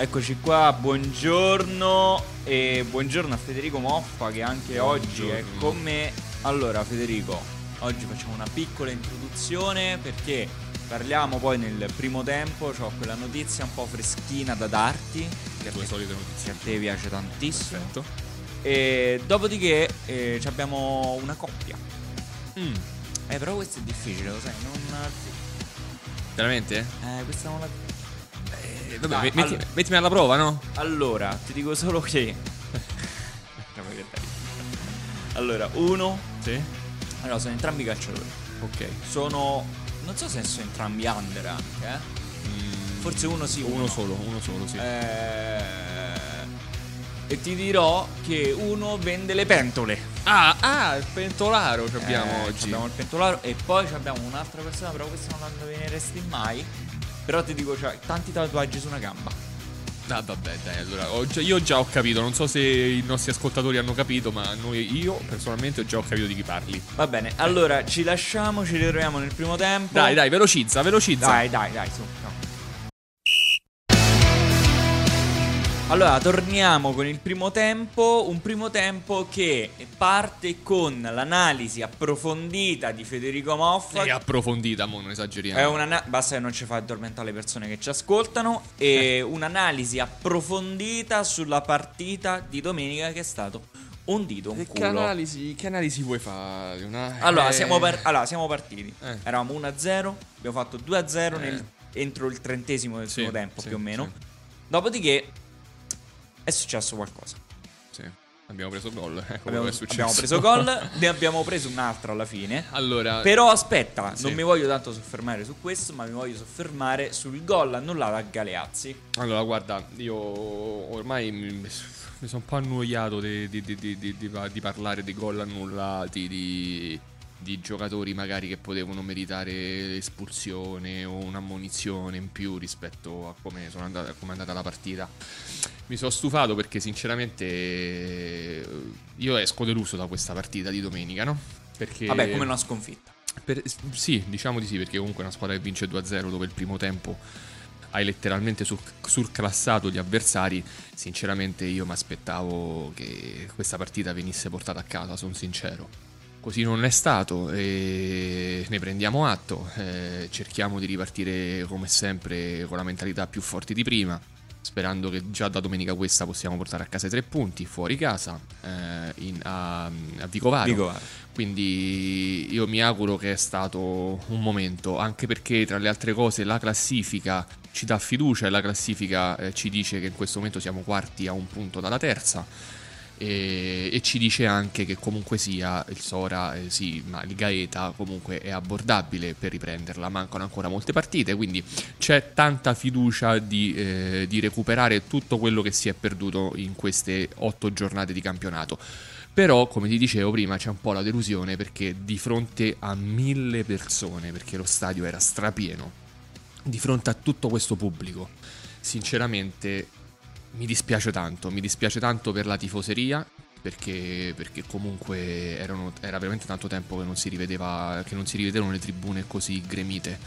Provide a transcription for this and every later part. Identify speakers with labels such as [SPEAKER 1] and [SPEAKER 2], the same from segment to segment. [SPEAKER 1] Eccoci qua, buongiorno e buongiorno a Federico Moffa che anche oggi è
[SPEAKER 2] Buongiorno.
[SPEAKER 1] con me. Allora Federico, oggi facciamo una piccola introduzione perché parliamo poi nel primo tempo, ho quella notizia un po' freschina da darti, che a
[SPEAKER 2] Due
[SPEAKER 1] te- che
[SPEAKER 2] solite
[SPEAKER 1] a
[SPEAKER 2] notizie.
[SPEAKER 1] te piace tantissimo.
[SPEAKER 2] Perfetto.
[SPEAKER 1] E dopodiché eh, ci abbiamo una coppia.
[SPEAKER 2] Mm,
[SPEAKER 1] Eh però questo è difficile, lo sai, non...
[SPEAKER 2] veramente?
[SPEAKER 1] Eh, questa non la... Dai,
[SPEAKER 2] Eh, vabbè, me- metti-
[SPEAKER 1] allora.
[SPEAKER 2] mettimi alla prova, no?
[SPEAKER 1] Allora, ti dico solo che. Facciamo che dai. allora, uno.
[SPEAKER 2] Sì.
[SPEAKER 1] Allora, sono entrambi calciatori.
[SPEAKER 2] Ok.
[SPEAKER 1] Sono. Non so se sono entrambi under anche, eh.
[SPEAKER 2] Mm,
[SPEAKER 1] Forse uno sì,
[SPEAKER 2] uno
[SPEAKER 1] uno no.
[SPEAKER 2] solo, uno solo, sì.
[SPEAKER 1] Eh, E ti dirò che uno vende le pentole.
[SPEAKER 2] Ah, ah, il pentolaro che abbiamo
[SPEAKER 1] Eh,
[SPEAKER 2] oggi.
[SPEAKER 1] Abbiamo il pentolaro e poi ci abbiamo un'altra persona, però questa non la indovineresti mai. Però ti dico, c'ha tanti tatuaggi su una gamba.
[SPEAKER 2] Ah, vabbè, dai, allora, ho già- io già ho capito, non so se i nostri ascoltatori hanno capito, ma noi, io personalmente ho già ho capito di chi parli.
[SPEAKER 1] Va bene, allora ci lasciamo, ci ritroviamo nel primo tempo.
[SPEAKER 2] Dai, dai, velocizza, velocizza.
[SPEAKER 1] Oh. Dai, dai, dai, su. no. Allora, torniamo con il primo tempo, un primo tempo che parte con l'analisi approfondita di Federico Moffa.
[SPEAKER 2] È approfondita, mo, non esageriamo.
[SPEAKER 1] È una- basta che non ci fa addormentare le persone che ci ascoltano. E un'analisi approfondita sulla partita di domenica che è stato un dito, un
[SPEAKER 2] Che
[SPEAKER 1] culo.
[SPEAKER 2] analisi, che analisi vuoi fare? Una-
[SPEAKER 1] Allora,
[SPEAKER 2] eh,
[SPEAKER 1] siamo, par- allora, siamo partiti.
[SPEAKER 2] Eh.
[SPEAKER 1] Eravamo 1-0, abbiamo fatto 2-0
[SPEAKER 2] Eh.
[SPEAKER 1] nel- entro il trentesimo del
[SPEAKER 2] Sì,
[SPEAKER 1] primo tempo,
[SPEAKER 2] sì,
[SPEAKER 1] più o meno.
[SPEAKER 2] sì.
[SPEAKER 1] Dopodiché è successo qualcosa.
[SPEAKER 2] Sì, abbiamo preso gol,
[SPEAKER 1] Abbiamo,
[SPEAKER 2] ecco quello che è successo.
[SPEAKER 1] abbiamo preso gol, ne abbiamo preso un'altra alla fine.
[SPEAKER 2] allora,
[SPEAKER 1] Però aspetta,
[SPEAKER 2] Sì.
[SPEAKER 1] non mi voglio tanto soffermare su questo, ma mi voglio soffermare sul gol annullato a Galeazzi.
[SPEAKER 2] Allora, guarda, io ormai mi, mi sono un po' annoiato di, di- di- di- di- di pa- di parlare di gol annullati, di, di giocatori magari che potevano meritare espulsione o un'ammonizione in più rispetto a come, sono andata, a come è andata la partita. Mi sono stufato perché sinceramente eh, io esco deluso da questa partita di domenica, no? Perché...
[SPEAKER 1] Vabbè, come una sconfitta.
[SPEAKER 2] Per- sì, diciamo di sì, perché comunque una squadra che vince 2-0 dove il primo tempo hai letteralmente sur- surclassato gli avversari. Sinceramente, io mi aspettavo che questa partita venisse portata a casa, sono sincero. Così non è stato, e ne prendiamo atto. eh, cerchiamo di ripartire come sempre con la mentalità più forte di prima. Sperando che già da domenica questa possiamo portare a casa i tre punti fuori casa eh, in- a, a Vicovaro.
[SPEAKER 1] Dico, guarda.
[SPEAKER 2] Quindi io mi auguro che è stato un momento, anche perché tra le altre cose la classifica ci dà fiducia e la classifica eh, ci dice che in questo momento siamo quarti a un punto dalla terza. E, e ci dice anche che comunque sia il Sora, eh, sì, ma il Gaeta comunque è abbordabile per riprenderla. Mancano ancora molte partite, quindi c'è tanta fiducia di, eh, di recuperare tutto quello che si è perduto in queste otto giornate di campionato. Però, come ti dicevo prima, c'è un po' la delusione perché di fronte a mille persone, perché lo stadio era strapieno, di fronte a tutto questo pubblico, sinceramente mi dispiace tanto, mi dispiace tanto per la tifoseria. Perché, perché comunque erano- era veramente tanto tempo che non, si rivedeva, che non si rivedevano le tribune così gremite.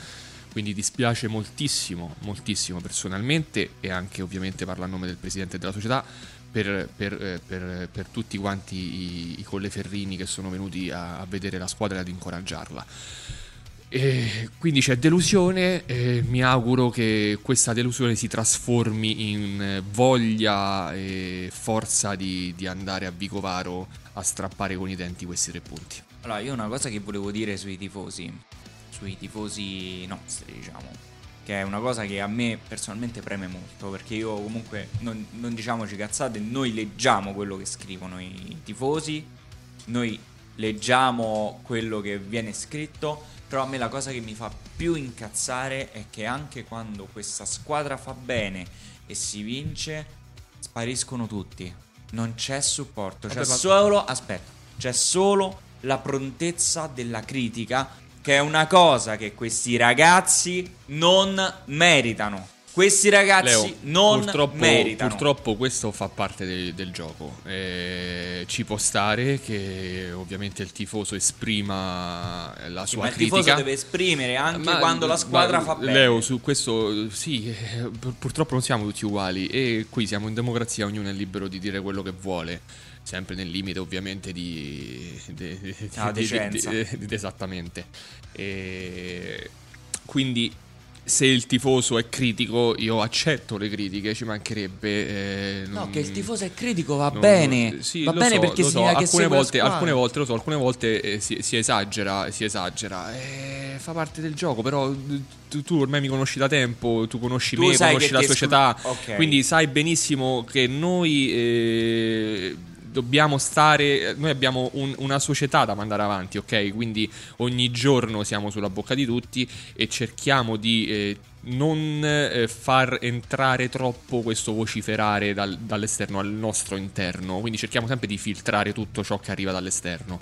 [SPEAKER 2] Quindi dispiace moltissimo, moltissimo personalmente e anche ovviamente parlo a nome del presidente della società per, per, eh, per- per tutti quanti i, i colleferrini che sono venuti a, a vedere la squadra e ad incoraggiarla. E quindi c'è delusione, e mi auguro che questa delusione si trasformi in eh, voglia e forza di, di andare a Vicovaro a strappare con i denti questi tre punti.
[SPEAKER 1] Allora, io una cosa che volevo dire sui tifosi, sui tifosi nostri, diciamo, che è una cosa che a me personalmente preme molto, perché io comunque non, non diciamoci cazzate, noi leggiamo quello che scrivono i tifosi, noi leggiamo quello che viene scritto, però a me la cosa che mi fa più incazzare è che anche quando questa squadra fa bene e si vince, spariscono tutti. Non c'è supporto, c'è
[SPEAKER 2] Vabbè, ma-
[SPEAKER 1] solo, aspetta, c'è solo la prontezza della critica, che è una cosa che questi ragazzi non meritano. Questi ragazzi non
[SPEAKER 2] purtroppo,
[SPEAKER 1] meritano.
[SPEAKER 2] purtroppo questo fa parte del, del gioco. Eh, ci può stare che ovviamente il tifoso esprima la
[SPEAKER 1] Sì,
[SPEAKER 2] sua
[SPEAKER 1] ma il
[SPEAKER 2] critica.
[SPEAKER 1] tifoso deve esprimere anche
[SPEAKER 2] Ma-
[SPEAKER 1] quando la
[SPEAKER 2] ma-
[SPEAKER 1] squadra fa bene.
[SPEAKER 2] Leo, su questo sì, eh, pur- purtroppo non siamo tutti uguali e qui siamo in democrazia, ognuno è libero di dire quello che vuole, sempre nel limite ovviamente di... de- de-
[SPEAKER 1] Ah,
[SPEAKER 2] di- di-
[SPEAKER 1] decenza.
[SPEAKER 2] di- di- di- esattamente. E quindi se il tifoso è critico io accetto le critiche, ci mancherebbe... eh,
[SPEAKER 1] No,
[SPEAKER 2] non-
[SPEAKER 1] che il tifoso è critico va
[SPEAKER 2] non-
[SPEAKER 1] bene.
[SPEAKER 2] sì,
[SPEAKER 1] va
[SPEAKER 2] lo
[SPEAKER 1] bene
[SPEAKER 2] so,
[SPEAKER 1] perché
[SPEAKER 2] lo so,
[SPEAKER 1] significa che
[SPEAKER 2] alcune
[SPEAKER 1] segue la
[SPEAKER 2] volte,
[SPEAKER 1] squadra.
[SPEAKER 2] alcune volte, lo so, alcune volte eh, si, si esagera, si esagera. Eh, fa parte del gioco, però eh, tu, tu ormai mi conosci da tempo, tu conosci
[SPEAKER 1] Tu
[SPEAKER 2] me,
[SPEAKER 1] sai
[SPEAKER 2] conosci
[SPEAKER 1] che
[SPEAKER 2] la
[SPEAKER 1] ti esclu-
[SPEAKER 2] società,
[SPEAKER 1] Ok.
[SPEAKER 2] quindi sai benissimo che noi eh, dobbiamo stare, noi abbiamo un- una società da mandare avanti, ok? Quindi ogni giorno siamo sulla bocca di tutti e cerchiamo di eh, non eh, far entrare troppo questo vociferare dal- dall'esterno al nostro interno, quindi cerchiamo sempre di filtrare tutto ciò che arriva dall'esterno.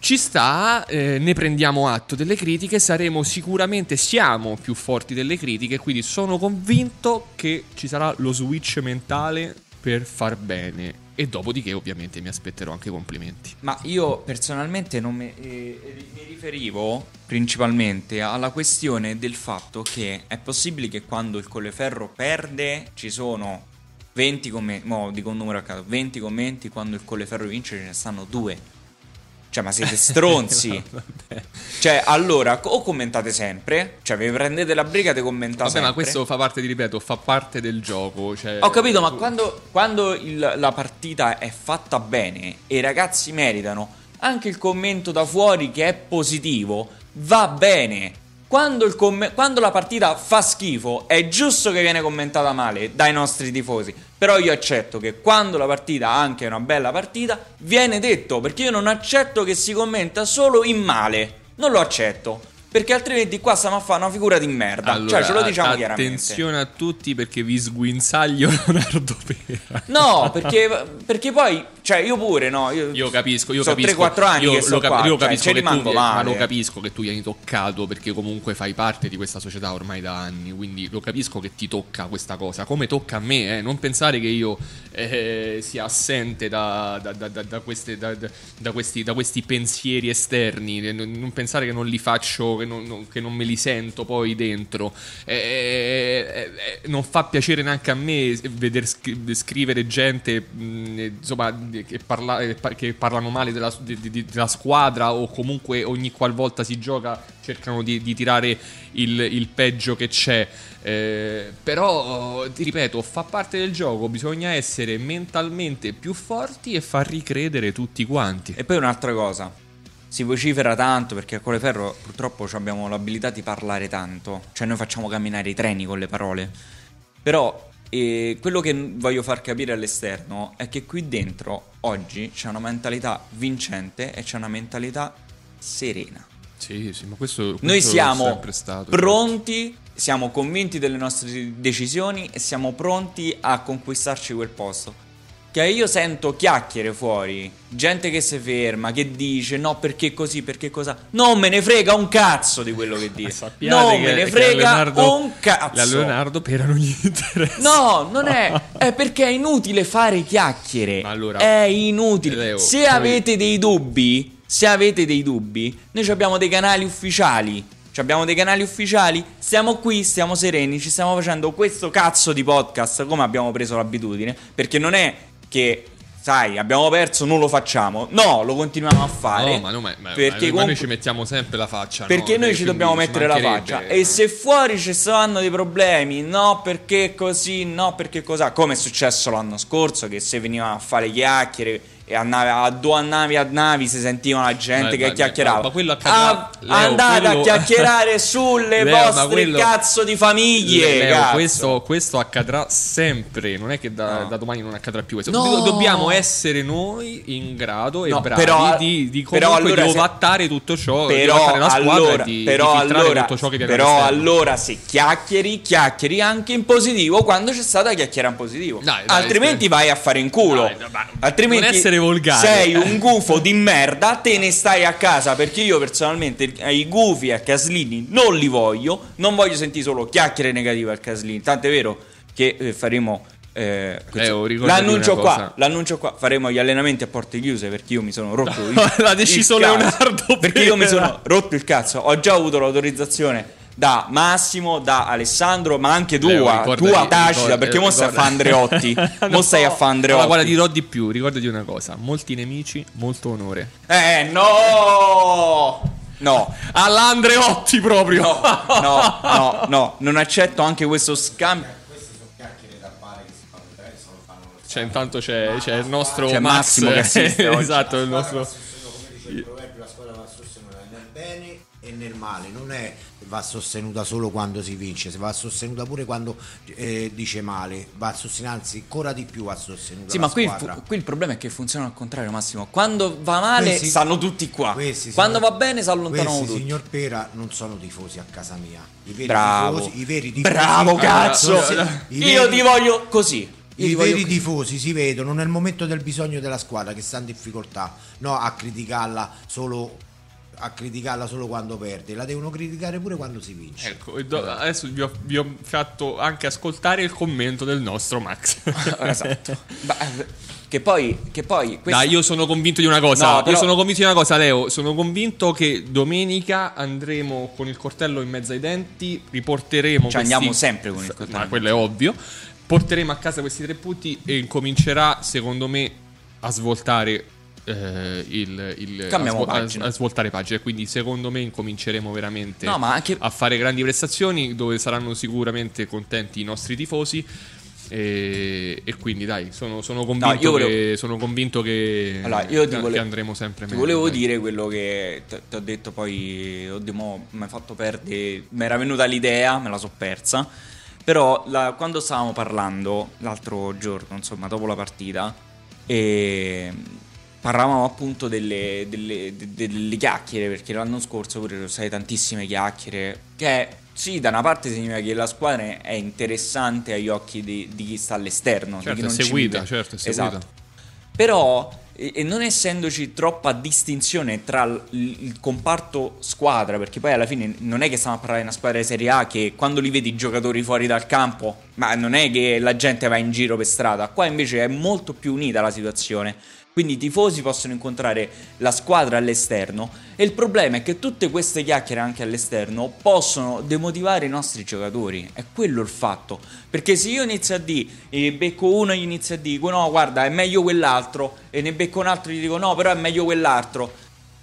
[SPEAKER 2] Ci sta, eh, ne prendiamo atto delle critiche, saremo sicuramente, siamo più forti delle critiche, quindi sono convinto che ci sarà lo switch mentale per far bene. E dopodiché ovviamente mi aspetterò anche complimenti.
[SPEAKER 1] Ma io personalmente non me- eh, eh, mi riferivo principalmente alla questione del fatto che è possibile che quando il Colleferro perde ci sono 20 commenti, mo dico un numero a caso, 20 commenti, quando il Colleferro vince ce ne stanno due. Cioè, ma siete stronzi.
[SPEAKER 2] Esatto. Vabbè.
[SPEAKER 1] cioè, allora, o commentate sempre, cioè vi prendete la brigata e commentate
[SPEAKER 2] Vabbè,
[SPEAKER 1] sempre.
[SPEAKER 2] ma questo fa parte, di ripeto, fa parte del gioco. cioè-
[SPEAKER 1] Ho capito, ma
[SPEAKER 2] tu-
[SPEAKER 1] quando, quando il- la partita è fatta bene e i ragazzi meritano, anche il commento da fuori che è positivo va bene. Quando, il komme- quando la partita fa schifo, è giusto che viene commentata male dai nostri tifosi. Però io accetto che quando la partita anche è una bella partita, viene detto. Perché io non accetto che si commenta solo in male. Non lo accetto. Perché altrimenti qua stiamo a fare una figura di merda.
[SPEAKER 2] Allora,
[SPEAKER 1] cioè, ce lo diciamo chiaramente.
[SPEAKER 2] attenzione a tutti perché vi sguinzaglio Leonardo Pera.
[SPEAKER 1] No, perché, perché poi, cioè, io pure, no. Io,
[SPEAKER 2] Io capisco, io
[SPEAKER 1] sono
[SPEAKER 2] capisco.
[SPEAKER 1] 3-4 anni
[SPEAKER 2] io
[SPEAKER 1] che sto
[SPEAKER 2] lo, cap-
[SPEAKER 1] qua,
[SPEAKER 2] io
[SPEAKER 1] cioè,
[SPEAKER 2] capisco
[SPEAKER 1] ci
[SPEAKER 2] che tu,
[SPEAKER 1] rimango
[SPEAKER 2] ma
[SPEAKER 1] male.
[SPEAKER 2] lo capisco che tu gli hai toccato perché comunque fai parte di questa società ormai da anni, quindi lo capisco che ti tocca questa cosa, come tocca a me, eh. non pensare che io eh, sia assente da, da- da- da- da queste- da- da- da questi, da questi pensieri esterni, eh, non non pensare che non li faccio, che non, non- che non me li sento poi dentro, Eh, eh, eh, eh, non fa piacere neanche a me vedere scri- scrivere gente mh, eh, insomma, di- che, parla- eh, par- che parlano male della, di- di- di- della squadra o comunque ogni qualvolta si gioca cercano di, di tirare il, il peggio che c'è. Eh, però ti ripeto, fa parte del gioco, bisogna essere mentalmente più forti e far ricredere tutti quanti.
[SPEAKER 1] E poi un'altra cosa. Si vocifera tanto perché a Colleferro purtroppo ci abbiamo l'abilità di parlare tanto. Cioè, noi facciamo camminare i treni con le parole. Però, eh, quello che voglio far capire all'esterno è che qui dentro, oggi, c'è una mentalità vincente e c'è una mentalità serena.
[SPEAKER 2] Sì, sì, ma questo,
[SPEAKER 1] Noi
[SPEAKER 2] questo è
[SPEAKER 1] siamo
[SPEAKER 2] sempre stato. esatto.
[SPEAKER 1] pronti, siamo convinti delle nostre decisioni e siamo pronti a conquistarci quel posto. Che io sento chiacchiere fuori, gente che si ferma, che dice no perché così, perché cosa. Non me ne frega un cazzo di quello che dice.
[SPEAKER 2] Sappiate
[SPEAKER 1] non
[SPEAKER 2] che-
[SPEAKER 1] me ne
[SPEAKER 2] che a
[SPEAKER 1] frega
[SPEAKER 2] Leonardo-
[SPEAKER 1] un
[SPEAKER 2] A
[SPEAKER 1] cazzo.
[SPEAKER 2] Leonardo però non gli interessa.
[SPEAKER 1] No, non è. È perché è inutile fare chiacchiere.
[SPEAKER 2] Ma allora-
[SPEAKER 1] è inutile.
[SPEAKER 2] Leo,
[SPEAKER 1] se
[SPEAKER 2] noi-
[SPEAKER 1] avete dei dubbi, se avete dei dubbi, noi ci abbiamo dei canali ufficiali. Ci Abbiamo dei canali ufficiali, siamo qui, stiamo sereni, ci stiamo facendo questo cazzo di podcast come abbiamo preso l'abitudine, perché non è che, sai, abbiamo perso, non lo facciamo, no, lo continuiamo a fare.
[SPEAKER 2] No, ma, no, ma- ma- ma
[SPEAKER 1] perché
[SPEAKER 2] noi
[SPEAKER 1] comunque-
[SPEAKER 2] ci mettiamo sempre la faccia.
[SPEAKER 1] perché
[SPEAKER 2] Cioè, no?
[SPEAKER 1] noi
[SPEAKER 2] E
[SPEAKER 1] ci
[SPEAKER 2] quindi
[SPEAKER 1] dobbiamo mettere la
[SPEAKER 2] mancherebbe, eh.
[SPEAKER 1] faccia.
[SPEAKER 2] no?
[SPEAKER 1] E se fuori ci saranno dei problemi, no perché così, no perché cos'ha, come è successo l'anno scorso, che se venivano a fare chiacchiere e a, nave, a due a navi a navi si sentiva la gente
[SPEAKER 2] Ma-
[SPEAKER 1] che
[SPEAKER 2] ma-
[SPEAKER 1] chiacchierava.
[SPEAKER 2] ma- ma quello accadrà-
[SPEAKER 1] Ah,
[SPEAKER 2] Leo,
[SPEAKER 1] andate
[SPEAKER 2] quello-
[SPEAKER 1] a chiacchierare sulle
[SPEAKER 2] Leo, ma
[SPEAKER 1] vostre
[SPEAKER 2] quello-
[SPEAKER 1] cazzo di famiglie.
[SPEAKER 2] Leo,
[SPEAKER 1] eh, cazzo.
[SPEAKER 2] questo, questo accadrà sempre. Non è che da,
[SPEAKER 1] No.
[SPEAKER 2] da domani non accadrà più. questo.
[SPEAKER 1] No.
[SPEAKER 2] Do- Dobbiamo essere noi in grado e
[SPEAKER 1] No,
[SPEAKER 2] bravi
[SPEAKER 1] però-
[SPEAKER 2] di, di
[SPEAKER 1] però
[SPEAKER 2] comunque
[SPEAKER 1] allora
[SPEAKER 2] di
[SPEAKER 1] se-
[SPEAKER 2] ovattare tutto ciò, di
[SPEAKER 1] però
[SPEAKER 2] ovattare la squadra
[SPEAKER 1] allora,
[SPEAKER 2] e di,
[SPEAKER 1] però
[SPEAKER 2] di filtrare
[SPEAKER 1] allora-
[SPEAKER 2] tutto ciò che viene
[SPEAKER 1] però
[SPEAKER 2] dall'esterno.
[SPEAKER 1] allora se chiacchieri chiacchieri anche in positivo quando c'è stata chiacchiera in positivo
[SPEAKER 2] Dai, dai,
[SPEAKER 1] altrimenti
[SPEAKER 2] sì.
[SPEAKER 1] vai a fare in culo
[SPEAKER 2] Dai, dai, ma-
[SPEAKER 1] altrimenti
[SPEAKER 2] non essere volgare. eh.
[SPEAKER 1] sei un gufo di merda te ne stai a casa perché io personalmente i gufi a Caslini non li voglio non voglio sentire solo chiacchiere negative al Caslini tant'è vero che eh, faremo Eh,
[SPEAKER 2] oh, ricordati
[SPEAKER 1] l'annuncio
[SPEAKER 2] una
[SPEAKER 1] qua,
[SPEAKER 2] cosa.
[SPEAKER 1] l'annuncio qua. Faremo gli allenamenti a porte chiuse perché io mi sono rotto il
[SPEAKER 2] L'ha deciso
[SPEAKER 1] il cazzo.
[SPEAKER 2] Leonardo
[SPEAKER 1] Perché io mi
[SPEAKER 2] Pera.
[SPEAKER 1] sono rotto il cazzo. Ho già avuto l'autorizzazione da Massimo, da Alessandro, ma anche tua,
[SPEAKER 2] Leo, ricordati-
[SPEAKER 1] tua tacita,
[SPEAKER 2] ricorda-
[SPEAKER 1] perché mo stai a
[SPEAKER 2] ricorda-
[SPEAKER 1] fa Andreotti. mo
[SPEAKER 2] No,
[SPEAKER 1] stai a fa Andreotti.
[SPEAKER 2] allora, guarda, dirò di più. Ricordati una cosa: molti nemici, molto onore.
[SPEAKER 1] Eh, no! No,
[SPEAKER 2] All'Andreotti proprio.
[SPEAKER 1] no, no, no, no, non accetto anche questo scambio.
[SPEAKER 3] Queste sono chiacchiere da fare che si fanno vedere, se lo fanno lo
[SPEAKER 2] Cioè, intanto c'è, c'è il nostro
[SPEAKER 1] C'è
[SPEAKER 2] Max.
[SPEAKER 1] Massimo che assiste oggi.
[SPEAKER 2] esatto, il
[SPEAKER 3] La squadra
[SPEAKER 2] nostro.
[SPEAKER 3] va sostenuta, come dice il proverbio, la squadra va sostenuta nel bene e nel male, non è che va sostenuta solo quando si vince, se va sostenuta pure quando eh, dice male, va sostenuta anzi ancora di più va sostenuta
[SPEAKER 1] Sì,
[SPEAKER 3] la
[SPEAKER 1] ma qui, il fu-
[SPEAKER 3] squadra.
[SPEAKER 1] qui il problema è che funziona al contrario, Massimo. Quando va male,
[SPEAKER 3] Questi-
[SPEAKER 1] stanno tutti qua.
[SPEAKER 3] Questi,
[SPEAKER 1] Quando
[SPEAKER 3] signor-
[SPEAKER 1] va bene, si allontanano
[SPEAKER 3] questi,
[SPEAKER 1] tutti.
[SPEAKER 3] signor Pera non sono tifosi a casa mia. I veri
[SPEAKER 1] Bravo.
[SPEAKER 3] tifosi, i veri tifosi,
[SPEAKER 1] Bravo, cazzo.
[SPEAKER 3] Allora, allora, i
[SPEAKER 1] Io
[SPEAKER 3] veri-
[SPEAKER 1] ti voglio così. Io
[SPEAKER 3] I
[SPEAKER 1] ti
[SPEAKER 3] veri
[SPEAKER 1] voglio così.
[SPEAKER 3] tifosi si vedono nel momento del bisogno della squadra che sta in difficoltà, no a criticarla solo, a criticarla solo quando perde, la devono criticare pure quando si vince.
[SPEAKER 2] Ecco, e do- adesso vi ho, vi ho fatto anche ascoltare il commento del nostro Max.
[SPEAKER 1] esatto. Ma, eh, che poi, che poi questa-
[SPEAKER 2] Dai, io sono convinto di una cosa.
[SPEAKER 1] No,
[SPEAKER 2] Io
[SPEAKER 1] però-
[SPEAKER 2] sono convinto di una cosa, Leo. Sono convinto che domenica andremo con il cortello in mezzo ai denti. Riporteremo.
[SPEAKER 1] Ci
[SPEAKER 2] questi-
[SPEAKER 1] andiamo sempre con il cortello.
[SPEAKER 2] Ma quello è ovvio. Porteremo a casa questi tre punti e comincerà, secondo me, a svoltare. eh, il, il-
[SPEAKER 1] Cambiamo
[SPEAKER 2] a, a-
[SPEAKER 1] pagina.
[SPEAKER 2] a svoltare pagine quindi secondo me incominceremo veramente
[SPEAKER 1] No, ma anche-
[SPEAKER 2] a fare grandi prestazioni dove saranno sicuramente contenti i nostri tifosi e, e quindi dai sono, sono convinto
[SPEAKER 1] io volevo-
[SPEAKER 2] che sono convinto che
[SPEAKER 1] Allora, io ti
[SPEAKER 2] che
[SPEAKER 1] vole-
[SPEAKER 2] andremo sempre
[SPEAKER 1] ti
[SPEAKER 2] meglio.
[SPEAKER 1] volevo
[SPEAKER 2] dai.
[SPEAKER 1] dire quello che ti ho detto poi, oddio, mo mi hai fatto perdere, mi era venuta l'idea, me la so persa, però la- quando stavamo parlando l'altro giorno, insomma, dopo la partita, e parlavamo appunto delle, delle- de- delle chiacchiere, perché l'anno scorso pure sono state tantissime chiacchiere, che sì, da una parte significa che la squadra è interessante agli occhi di, di chi sta all'esterno, di
[SPEAKER 2] Certo,
[SPEAKER 1] chi
[SPEAKER 2] è
[SPEAKER 1] non ci
[SPEAKER 2] seguita,
[SPEAKER 1] vive.
[SPEAKER 2] certo, è seguita.
[SPEAKER 1] Esatto. Però, e e non essendoci troppa distinzione tra l- il comparto squadra, perché poi alla fine non è che stiamo a parlare di una squadra di Serie A che quando li vedi i giocatori fuori dal campo, ma non è che la gente va in giro per strada, qua invece è molto più unita la situazione. Quindi i tifosi possono incontrare la squadra all'esterno e il problema è che tutte queste chiacchiere anche all'esterno possono demotivare i nostri giocatori. È quello il fatto. Perché se io inizio a dire, e becco uno e gli inizio a dire, no guarda è meglio quell'altro, e ne becco un altro e gli dico no però è meglio quell'altro.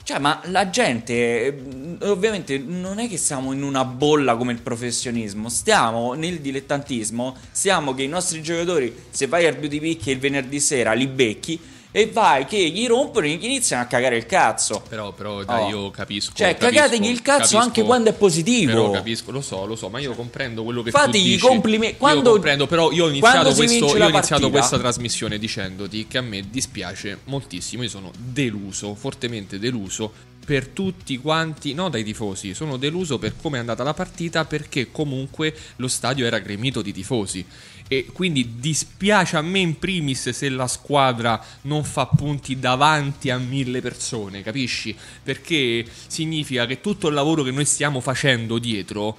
[SPEAKER 1] Cioè, ma la gente, eh, ovviamente, non è che siamo in una bolla come il professionismo, stiamo nel dilettantismo, stiamo che i nostri giocatori, se vai al beauty pick il venerdì sera, li becchi e vai che gli rompono e gli iniziano a cagare il cazzo.
[SPEAKER 2] però, però dai,
[SPEAKER 1] Oh.
[SPEAKER 2] io capisco.
[SPEAKER 1] Cioè,
[SPEAKER 2] capisco,
[SPEAKER 1] cagategli il cazzo
[SPEAKER 2] capisco,
[SPEAKER 1] anche quando è positivo.
[SPEAKER 2] Però capisco, lo so, lo so, ma io comprendo quello che tu
[SPEAKER 1] Fategli i
[SPEAKER 2] dici.
[SPEAKER 1] complimenti- quando-
[SPEAKER 2] Io comprendo, però io ho iniziato,
[SPEAKER 1] quando si
[SPEAKER 2] questo,
[SPEAKER 1] vince
[SPEAKER 2] io
[SPEAKER 1] la
[SPEAKER 2] ho iniziato
[SPEAKER 1] partita.
[SPEAKER 2] questa trasmissione dicendoti che a me dispiace moltissimo. Io sono deluso, fortemente deluso. Per tutti quanti, no dai tifosi, sono deluso per come è andata la partita perché comunque lo stadio era gremito di tifosi e quindi dispiace a me in primis se la squadra non fa punti davanti a mille persone, capisci? Perché significa che tutto il lavoro che noi stiamo facendo dietro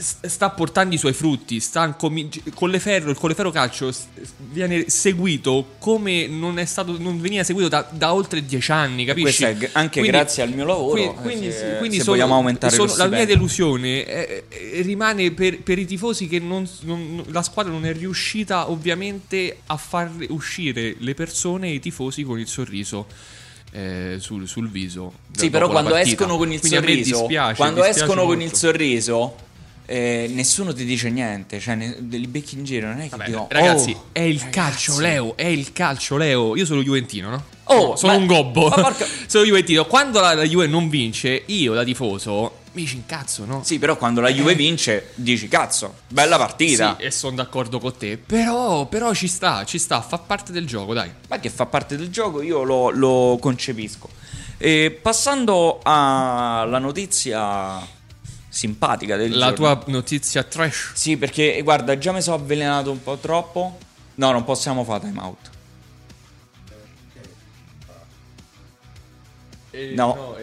[SPEAKER 2] s- sta portando i suoi frutti, sta comi- Colleferro, il Colleferro Calcio s- viene seguito come non è stato non veniva seguito da, da oltre dieci anni, capisci?
[SPEAKER 1] questo è g- anche grazie al mio lavoro, eh,
[SPEAKER 2] quindi,
[SPEAKER 1] se-
[SPEAKER 2] quindi
[SPEAKER 1] se
[SPEAKER 2] sono-
[SPEAKER 1] vogliamo aumentare lo
[SPEAKER 2] sono- la mia
[SPEAKER 1] stipendio.
[SPEAKER 2] delusione eh, eh, rimane per, per i tifosi che non- non- la squadra non è riuscita ovviamente a far uscire le persone e i tifosi con il sorriso. eh, sul, sul viso
[SPEAKER 1] Sì,
[SPEAKER 2] dopo
[SPEAKER 1] però
[SPEAKER 2] la
[SPEAKER 1] quando
[SPEAKER 2] partita.
[SPEAKER 1] escono con il
[SPEAKER 2] Quindi a me
[SPEAKER 1] sorriso,
[SPEAKER 2] dispiace,
[SPEAKER 1] quando
[SPEAKER 2] dispiace
[SPEAKER 1] escono con il
[SPEAKER 2] molto.
[SPEAKER 1] sorriso, eh, nessuno ti dice niente, cioè ne- li becchi in giro, non è che
[SPEAKER 2] Vabbè,
[SPEAKER 1] dico,
[SPEAKER 2] ragazzi,
[SPEAKER 1] "Oh,
[SPEAKER 2] è il
[SPEAKER 1] ragazzi".
[SPEAKER 2] calcio, Leo. È il calcio, Leo. Io sono Juventino, no?
[SPEAKER 1] Oh,
[SPEAKER 2] sono
[SPEAKER 1] ma-
[SPEAKER 2] un gobbo.
[SPEAKER 1] ma porca-
[SPEAKER 2] sono Juventino. Quando la, la Juve non vince, io da tifoso mi ci incazzo, no?
[SPEAKER 1] Sì, però quando la Juve vince, dici cazzo, bella partita.
[SPEAKER 2] eh. Sì, e sono d'accordo con te. Però, però ci sta, ci sta, fa parte del gioco, dai.
[SPEAKER 1] ma che fa parte del gioco, io lo, lo concepisco. E passando alla notizia simpatica del
[SPEAKER 2] La
[SPEAKER 1] giorno.
[SPEAKER 2] tua notizia trash.
[SPEAKER 1] Sì, perché eh, guarda, già mi sono avvelenato un po' troppo. No, non possiamo fare time out. No. no,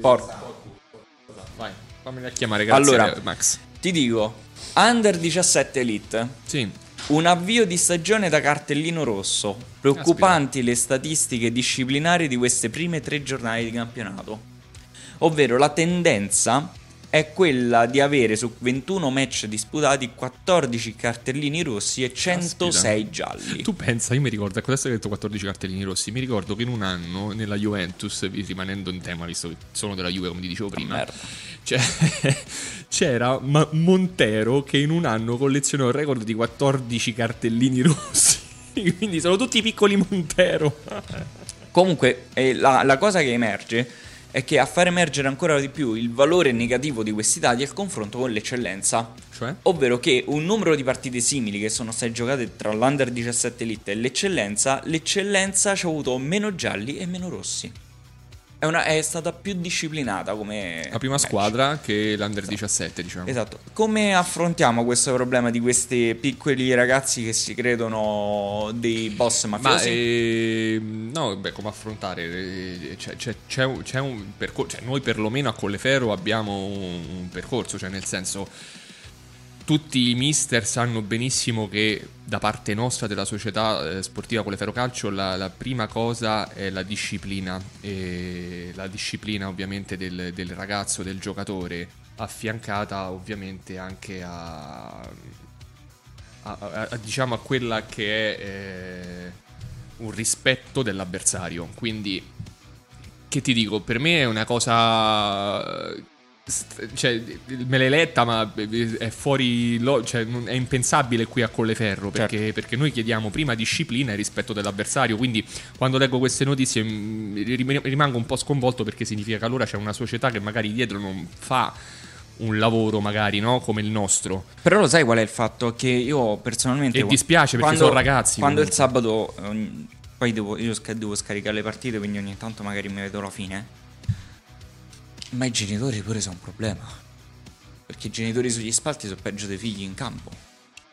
[SPEAKER 1] Porca.
[SPEAKER 2] Eh, Vai, fammela chiamare, grazie,
[SPEAKER 1] Allora.
[SPEAKER 2] Max.
[SPEAKER 1] Ti dico, Under 17 Elite
[SPEAKER 2] Sì.
[SPEAKER 1] Un avvio di stagione da cartellino rosso. Preoccupanti le statistiche disciplinari di queste prime tre giornate di campionato. Ovvero la tendenza è quella di avere su 21 match disputati 14 cartellini rossi e 106 gialli.
[SPEAKER 2] Tu pensa, io mi ricordo, ecco adesso che hai detto 14 cartellini rossi, mi ricordo che in un anno nella Juventus, vi- rimanendo in tema, visto che sono della Juve come ti dicevo prima,
[SPEAKER 1] Ah, merda.
[SPEAKER 2] c'è- c'era Ma- Montero che in un anno collezionò il record di 14 cartellini rossi. Quindi sono tutti piccoli Montero.
[SPEAKER 1] Comunque, eh, la, la cosa che emerge è che a far emergere ancora di più il valore negativo di questi dati è il confronto con l'eccellenza.
[SPEAKER 2] Cioè?
[SPEAKER 1] Ovvero che un numero di partite simili che sono state giocate tra l'Under 17 Elite e l'eccellenza, l'eccellenza ci ha avuto meno gialli e meno rossi. È, una- è stata più disciplinata come...
[SPEAKER 2] La prima
[SPEAKER 1] match.
[SPEAKER 2] squadra che l'Under 17, diciamo.
[SPEAKER 1] Esatto, come affrontiamo questo problema di questi piccoli ragazzi che si credono dei boss
[SPEAKER 2] Ma
[SPEAKER 1] mafiosi?
[SPEAKER 2] ehm, no, beh, come affrontare? Eh, C'è, c'è- c'è un, percorso. noi, perlomeno a Collefero, abbiamo un, un percorso. Cioè, nel senso, tutti i mister sanno benissimo che da parte nostra, della società eh, sportiva Collefero Calcio, la, la prima cosa è la disciplina. E la disciplina, ovviamente, del, del ragazzo, del giocatore, affiancata ovviamente anche a a, a- a- diciamo a quella che è eh, un rispetto dell'avversario. Quindi, che ti dico, per me è una cosa. eh, st- Cioè, me l'hai letta, ma eh, è fuori. lo- cioè, non- è impensabile qui a Colleferro perché, perché noi chiediamo prima disciplina e rispetto dell'avversario. Quindi, quando leggo queste notizie, mm, rim- rimango un po' sconvolto perché significa che allora c'è una società che magari dietro non fa un lavoro, magari no? come il nostro.
[SPEAKER 1] Però lo sai qual è il fatto? Che io personalmente...
[SPEAKER 2] E
[SPEAKER 1] qua-
[SPEAKER 2] dispiace perché sono ragazzi,
[SPEAKER 1] Quando il
[SPEAKER 2] comunque.
[SPEAKER 1] sabato... ogni- poi devo, io sca- devo scaricare le partite, quindi ogni tanto magari mi vedo la fine. Ma i genitori pure sono un problema. Perché i genitori sugli spalti sono peggio dei figli in campo.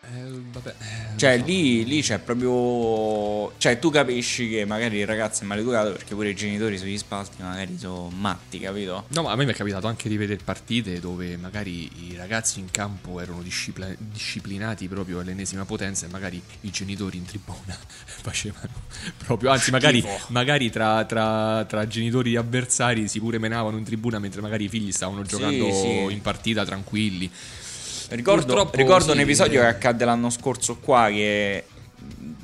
[SPEAKER 2] Eh,
[SPEAKER 1] Cioè, lì, lì c'è proprio. Cioè, tu capisci che magari il ragazzo è maleducato perché pure i genitori sugli spalti magari sono matti, capito?
[SPEAKER 2] No, ma a me mi è capitato anche di vedere partite dove magari i ragazzi in campo erano discipla- disciplinati proprio all'ennesima potenza e magari i genitori in tribuna facevano proprio, anzi magari, magari tra, tra- tra genitori e avversari si pure menavano in tribuna mentre magari i figli stavano giocando
[SPEAKER 1] sì.
[SPEAKER 2] in partita tranquilli.
[SPEAKER 1] Ricordo,
[SPEAKER 2] Purtroppo
[SPEAKER 1] ricordo
[SPEAKER 2] sì,
[SPEAKER 1] un episodio
[SPEAKER 2] eh.
[SPEAKER 1] che accadde l'anno scorso qua che.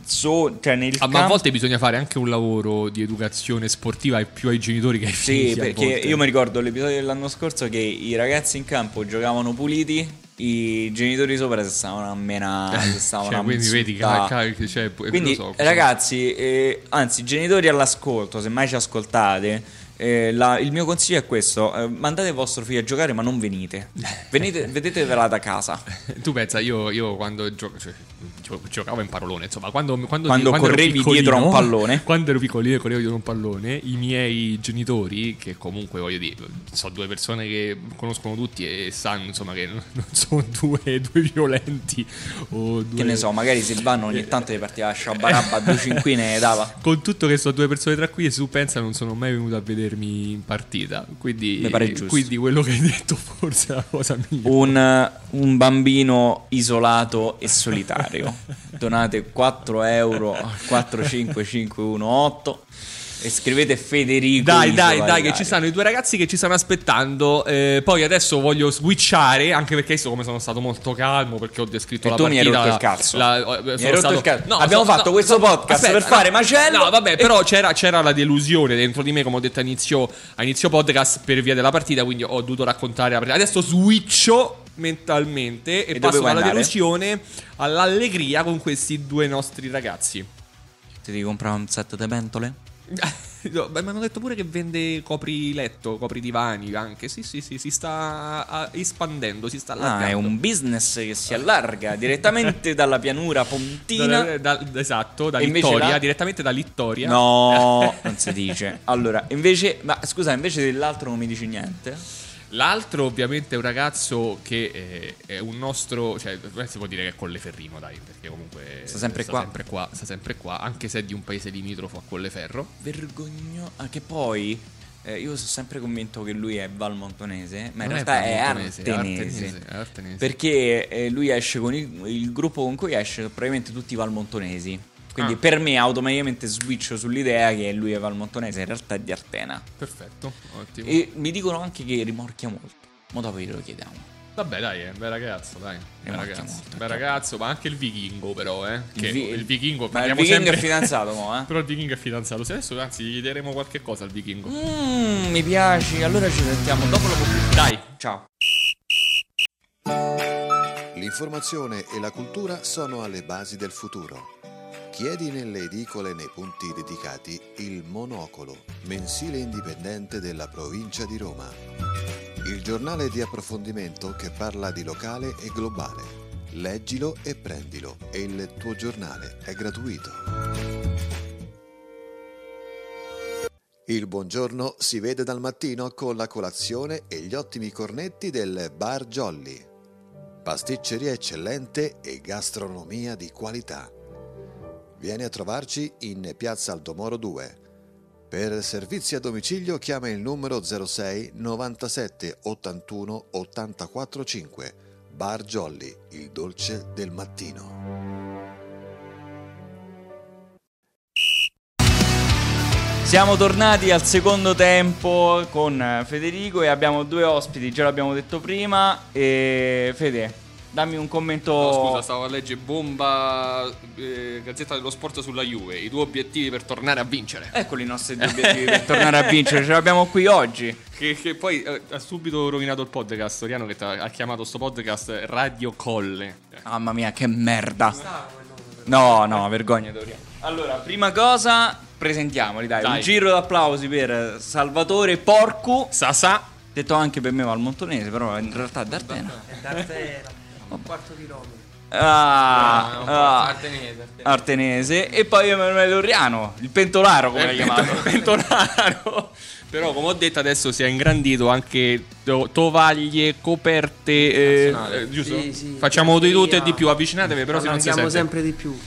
[SPEAKER 1] So, cioè, nel
[SPEAKER 2] Ah,
[SPEAKER 1] campo.
[SPEAKER 2] ma a volte bisogna fare anche un lavoro di educazione sportiva e più ai genitori che ai figli.
[SPEAKER 1] Sì,
[SPEAKER 2] a
[SPEAKER 1] perché
[SPEAKER 2] volte.
[SPEAKER 1] io mi ricordo l'episodio dell'anno scorso che i ragazzi in campo giocavano puliti. I genitori sopra si stavano a mena, si stavano
[SPEAKER 2] Cioè,
[SPEAKER 1] a
[SPEAKER 2] quindi vedi,
[SPEAKER 1] insultà.
[SPEAKER 2] ca- ca- cioè, pu-
[SPEAKER 1] Quindi,
[SPEAKER 2] lo so, cosa-
[SPEAKER 1] ragazzi, eh, anzi, genitori all'ascolto, se mai ci ascoltate, eh, la- il mio consiglio è questo: eh, mandate il vostro figlio a giocare, ma non venite. venite vedetevela da casa.
[SPEAKER 2] Tu pensa, io, io quando gio- cioè, gio- giocavo in parolone, insomma, quando, quando,
[SPEAKER 1] Quando
[SPEAKER 2] ero
[SPEAKER 1] correvi
[SPEAKER 2] piccolino-
[SPEAKER 1] dietro a un pallone.
[SPEAKER 2] Quando ero piccolino e correvo dietro a un pallone, i miei genitori, che comunque voglio dire, sono due persone che conoscono tutti e sanno insomma che non non sono due, due violenti o due...
[SPEAKER 1] Che ne so, magari Silvano ogni tanto gli partiva la sciabarabba, due cinquine e dava.
[SPEAKER 2] Con tutto che sono due persone tranquille, se tu pensa non sono mai venuto a vedermi in partita. Quindi,
[SPEAKER 1] Mi pare giusto.
[SPEAKER 2] quindi quello che hai detto forse è la cosa migliore.
[SPEAKER 1] Un, un bambino isolato e solitario. Donate 4 euro al 45518 e scrivete Federico.
[SPEAKER 2] Dai,
[SPEAKER 1] isola
[SPEAKER 2] dai, dai, che
[SPEAKER 1] Italia.
[SPEAKER 2] ci stanno i due ragazzi che ci stanno aspettando. Eh, poi adesso voglio switchare, anche perché visto come sono stato molto calmo, perché ho descritto
[SPEAKER 1] E
[SPEAKER 2] la
[SPEAKER 1] tu mi
[SPEAKER 2] partita.
[SPEAKER 1] hai rotto il cazzo.
[SPEAKER 2] la- eh,
[SPEAKER 1] Mi hai
[SPEAKER 2] sono
[SPEAKER 1] rotto
[SPEAKER 2] stato-
[SPEAKER 1] il cazzo. Abbiamo fatto questo podcast per fare macello
[SPEAKER 2] No, vabbè, però c'era, c'era la delusione dentro di me, come ho detto a inizio, a inizio podcast, per via della partita, quindi ho dovuto raccontare la partita. Adesso switcho mentalmente e,
[SPEAKER 1] E dove
[SPEAKER 2] passo
[SPEAKER 1] vuoi
[SPEAKER 2] dalla
[SPEAKER 1] andare?
[SPEAKER 2] delusione all'allegria con questi due nostri ragazzi.
[SPEAKER 1] Ti devi comprare un set di pentole?
[SPEAKER 2] No, beh, mi hanno detto pure che vende copri letto, copri divani anche. Sì, sì, sì, si sta ah, espandendo, si sta
[SPEAKER 1] Ah,
[SPEAKER 2] allargando.
[SPEAKER 1] è un business che si allarga direttamente dalla pianura pontina.
[SPEAKER 2] Da- da- da- esatto, da
[SPEAKER 1] E invece
[SPEAKER 2] Littoria,
[SPEAKER 1] là-
[SPEAKER 2] direttamente da Littoria.
[SPEAKER 1] No, non si dice. Allora, invece, ma scusa, invece dell'altro non mi dici niente?
[SPEAKER 2] L'altro ovviamente è un ragazzo che eh, è un nostro, cioè non si può dire che è Colleferrino dai, perché comunque
[SPEAKER 1] Sta sempre qua.
[SPEAKER 2] sempre qua, sta sempre qua, anche se è di un paese limitrofo a Colleferro.
[SPEAKER 1] Vergogno. Ah, che poi eh, io sono sempre convinto che lui è valmontonese, ma in
[SPEAKER 2] Non
[SPEAKER 1] realtà è,
[SPEAKER 2] valmontonese,
[SPEAKER 1] artenese,
[SPEAKER 2] è artenese, è artenese.
[SPEAKER 1] Perché eh, lui esce con il, il gruppo con cui esce, sono probabilmente tutti valmontonesi. Quindi
[SPEAKER 2] Ah.
[SPEAKER 1] per me automaticamente switcho sull'idea che lui è valmontonese, in realtà è di Artena.
[SPEAKER 2] Perfetto, ottimo.
[SPEAKER 1] E mi dicono anche che rimorchia molto. Ma dopo glielo chiediamo.
[SPEAKER 2] Vabbè, dai, è un bel ragazzo, dai. Bel
[SPEAKER 1] ottimo,
[SPEAKER 2] ragazzo,
[SPEAKER 1] ottimo.
[SPEAKER 2] bel ragazzo, ma anche il vichingo, però, eh. Che il,
[SPEAKER 1] vi-
[SPEAKER 2] vichingo,
[SPEAKER 1] ma il
[SPEAKER 2] parliamo
[SPEAKER 1] vichingo
[SPEAKER 2] sempre-
[SPEAKER 1] è fidanzato, mo, eh?
[SPEAKER 2] però il vichingo è fidanzato. Se adesso, anzi, gli chiederemo qualche cosa al vichingo.
[SPEAKER 1] Mmm, mi piaci, allora ci sentiamo dopo la pubblicità. Dai, ciao.
[SPEAKER 4] L'informazione e la cultura sono alle basi del futuro. Chiedi nelle edicole e nei punti dedicati il Monocolo, mensile indipendente della provincia di Roma. Il giornale di approfondimento che parla di locale e globale. Leggilo e prendilo e il tuo giornale è gratuito. Il buongiorno si vede dal mattino con la colazione e gli ottimi cornetti del Bar Jolly. Pasticceria eccellente e gastronomia di qualità. Vieni a trovarci in Piazza Aldomoro 2. Per servizi a domicilio chiama il numero 06 97 81 84 5. Bar Jolly, il dolce del mattino.
[SPEAKER 1] Siamo tornati al secondo tempo con eh, Federico e abbiamo due ospiti, già l'abbiamo detto prima. E Fede, dammi un commento.
[SPEAKER 5] No, scusa, stavo a leggere bomba eh, Gazzetta dello Sport sulla Juve. I tuoi obiettivi per tornare a vincere.
[SPEAKER 2] Eh.
[SPEAKER 1] Eccoli i nostri due obiettivi per tornare a vincere, ce l'abbiamo qui oggi.
[SPEAKER 2] Che, che poi eh, ha subito rovinato il podcast. Soriano che t'ha- ha chiamato sto podcast Radio Colle.
[SPEAKER 5] Eh,
[SPEAKER 1] Mamma mia, che merda. No, no, vergogna Doria. Allora, prima cosa, presentiamoli, dai. Un
[SPEAKER 2] Dai.
[SPEAKER 1] giro d'applausi per Salvatore Porcu.
[SPEAKER 2] Sasà,
[SPEAKER 1] Detto anche per me Valmontonese, però in realtà è d'Artena.
[SPEAKER 6] È d'Artera, un quarto chilometro.
[SPEAKER 1] Ah, ah.
[SPEAKER 5] Artenese.
[SPEAKER 1] Artenese e poi Emanuele Oriano, il pentolaro come l'hai chiamato.
[SPEAKER 2] Pentonaro. Però, come ho detto, adesso si è ingrandito anche to- tovaglie, coperte. eh,
[SPEAKER 5] Nazionale.
[SPEAKER 2] eh, giusto?
[SPEAKER 6] Sì, sì.
[SPEAKER 2] Facciamo di tutto e
[SPEAKER 6] Via.
[SPEAKER 2] di più. Avvicinatevi, Eh, però, se non si
[SPEAKER 6] Allarghiamo
[SPEAKER 2] sente.
[SPEAKER 6] sempre di più.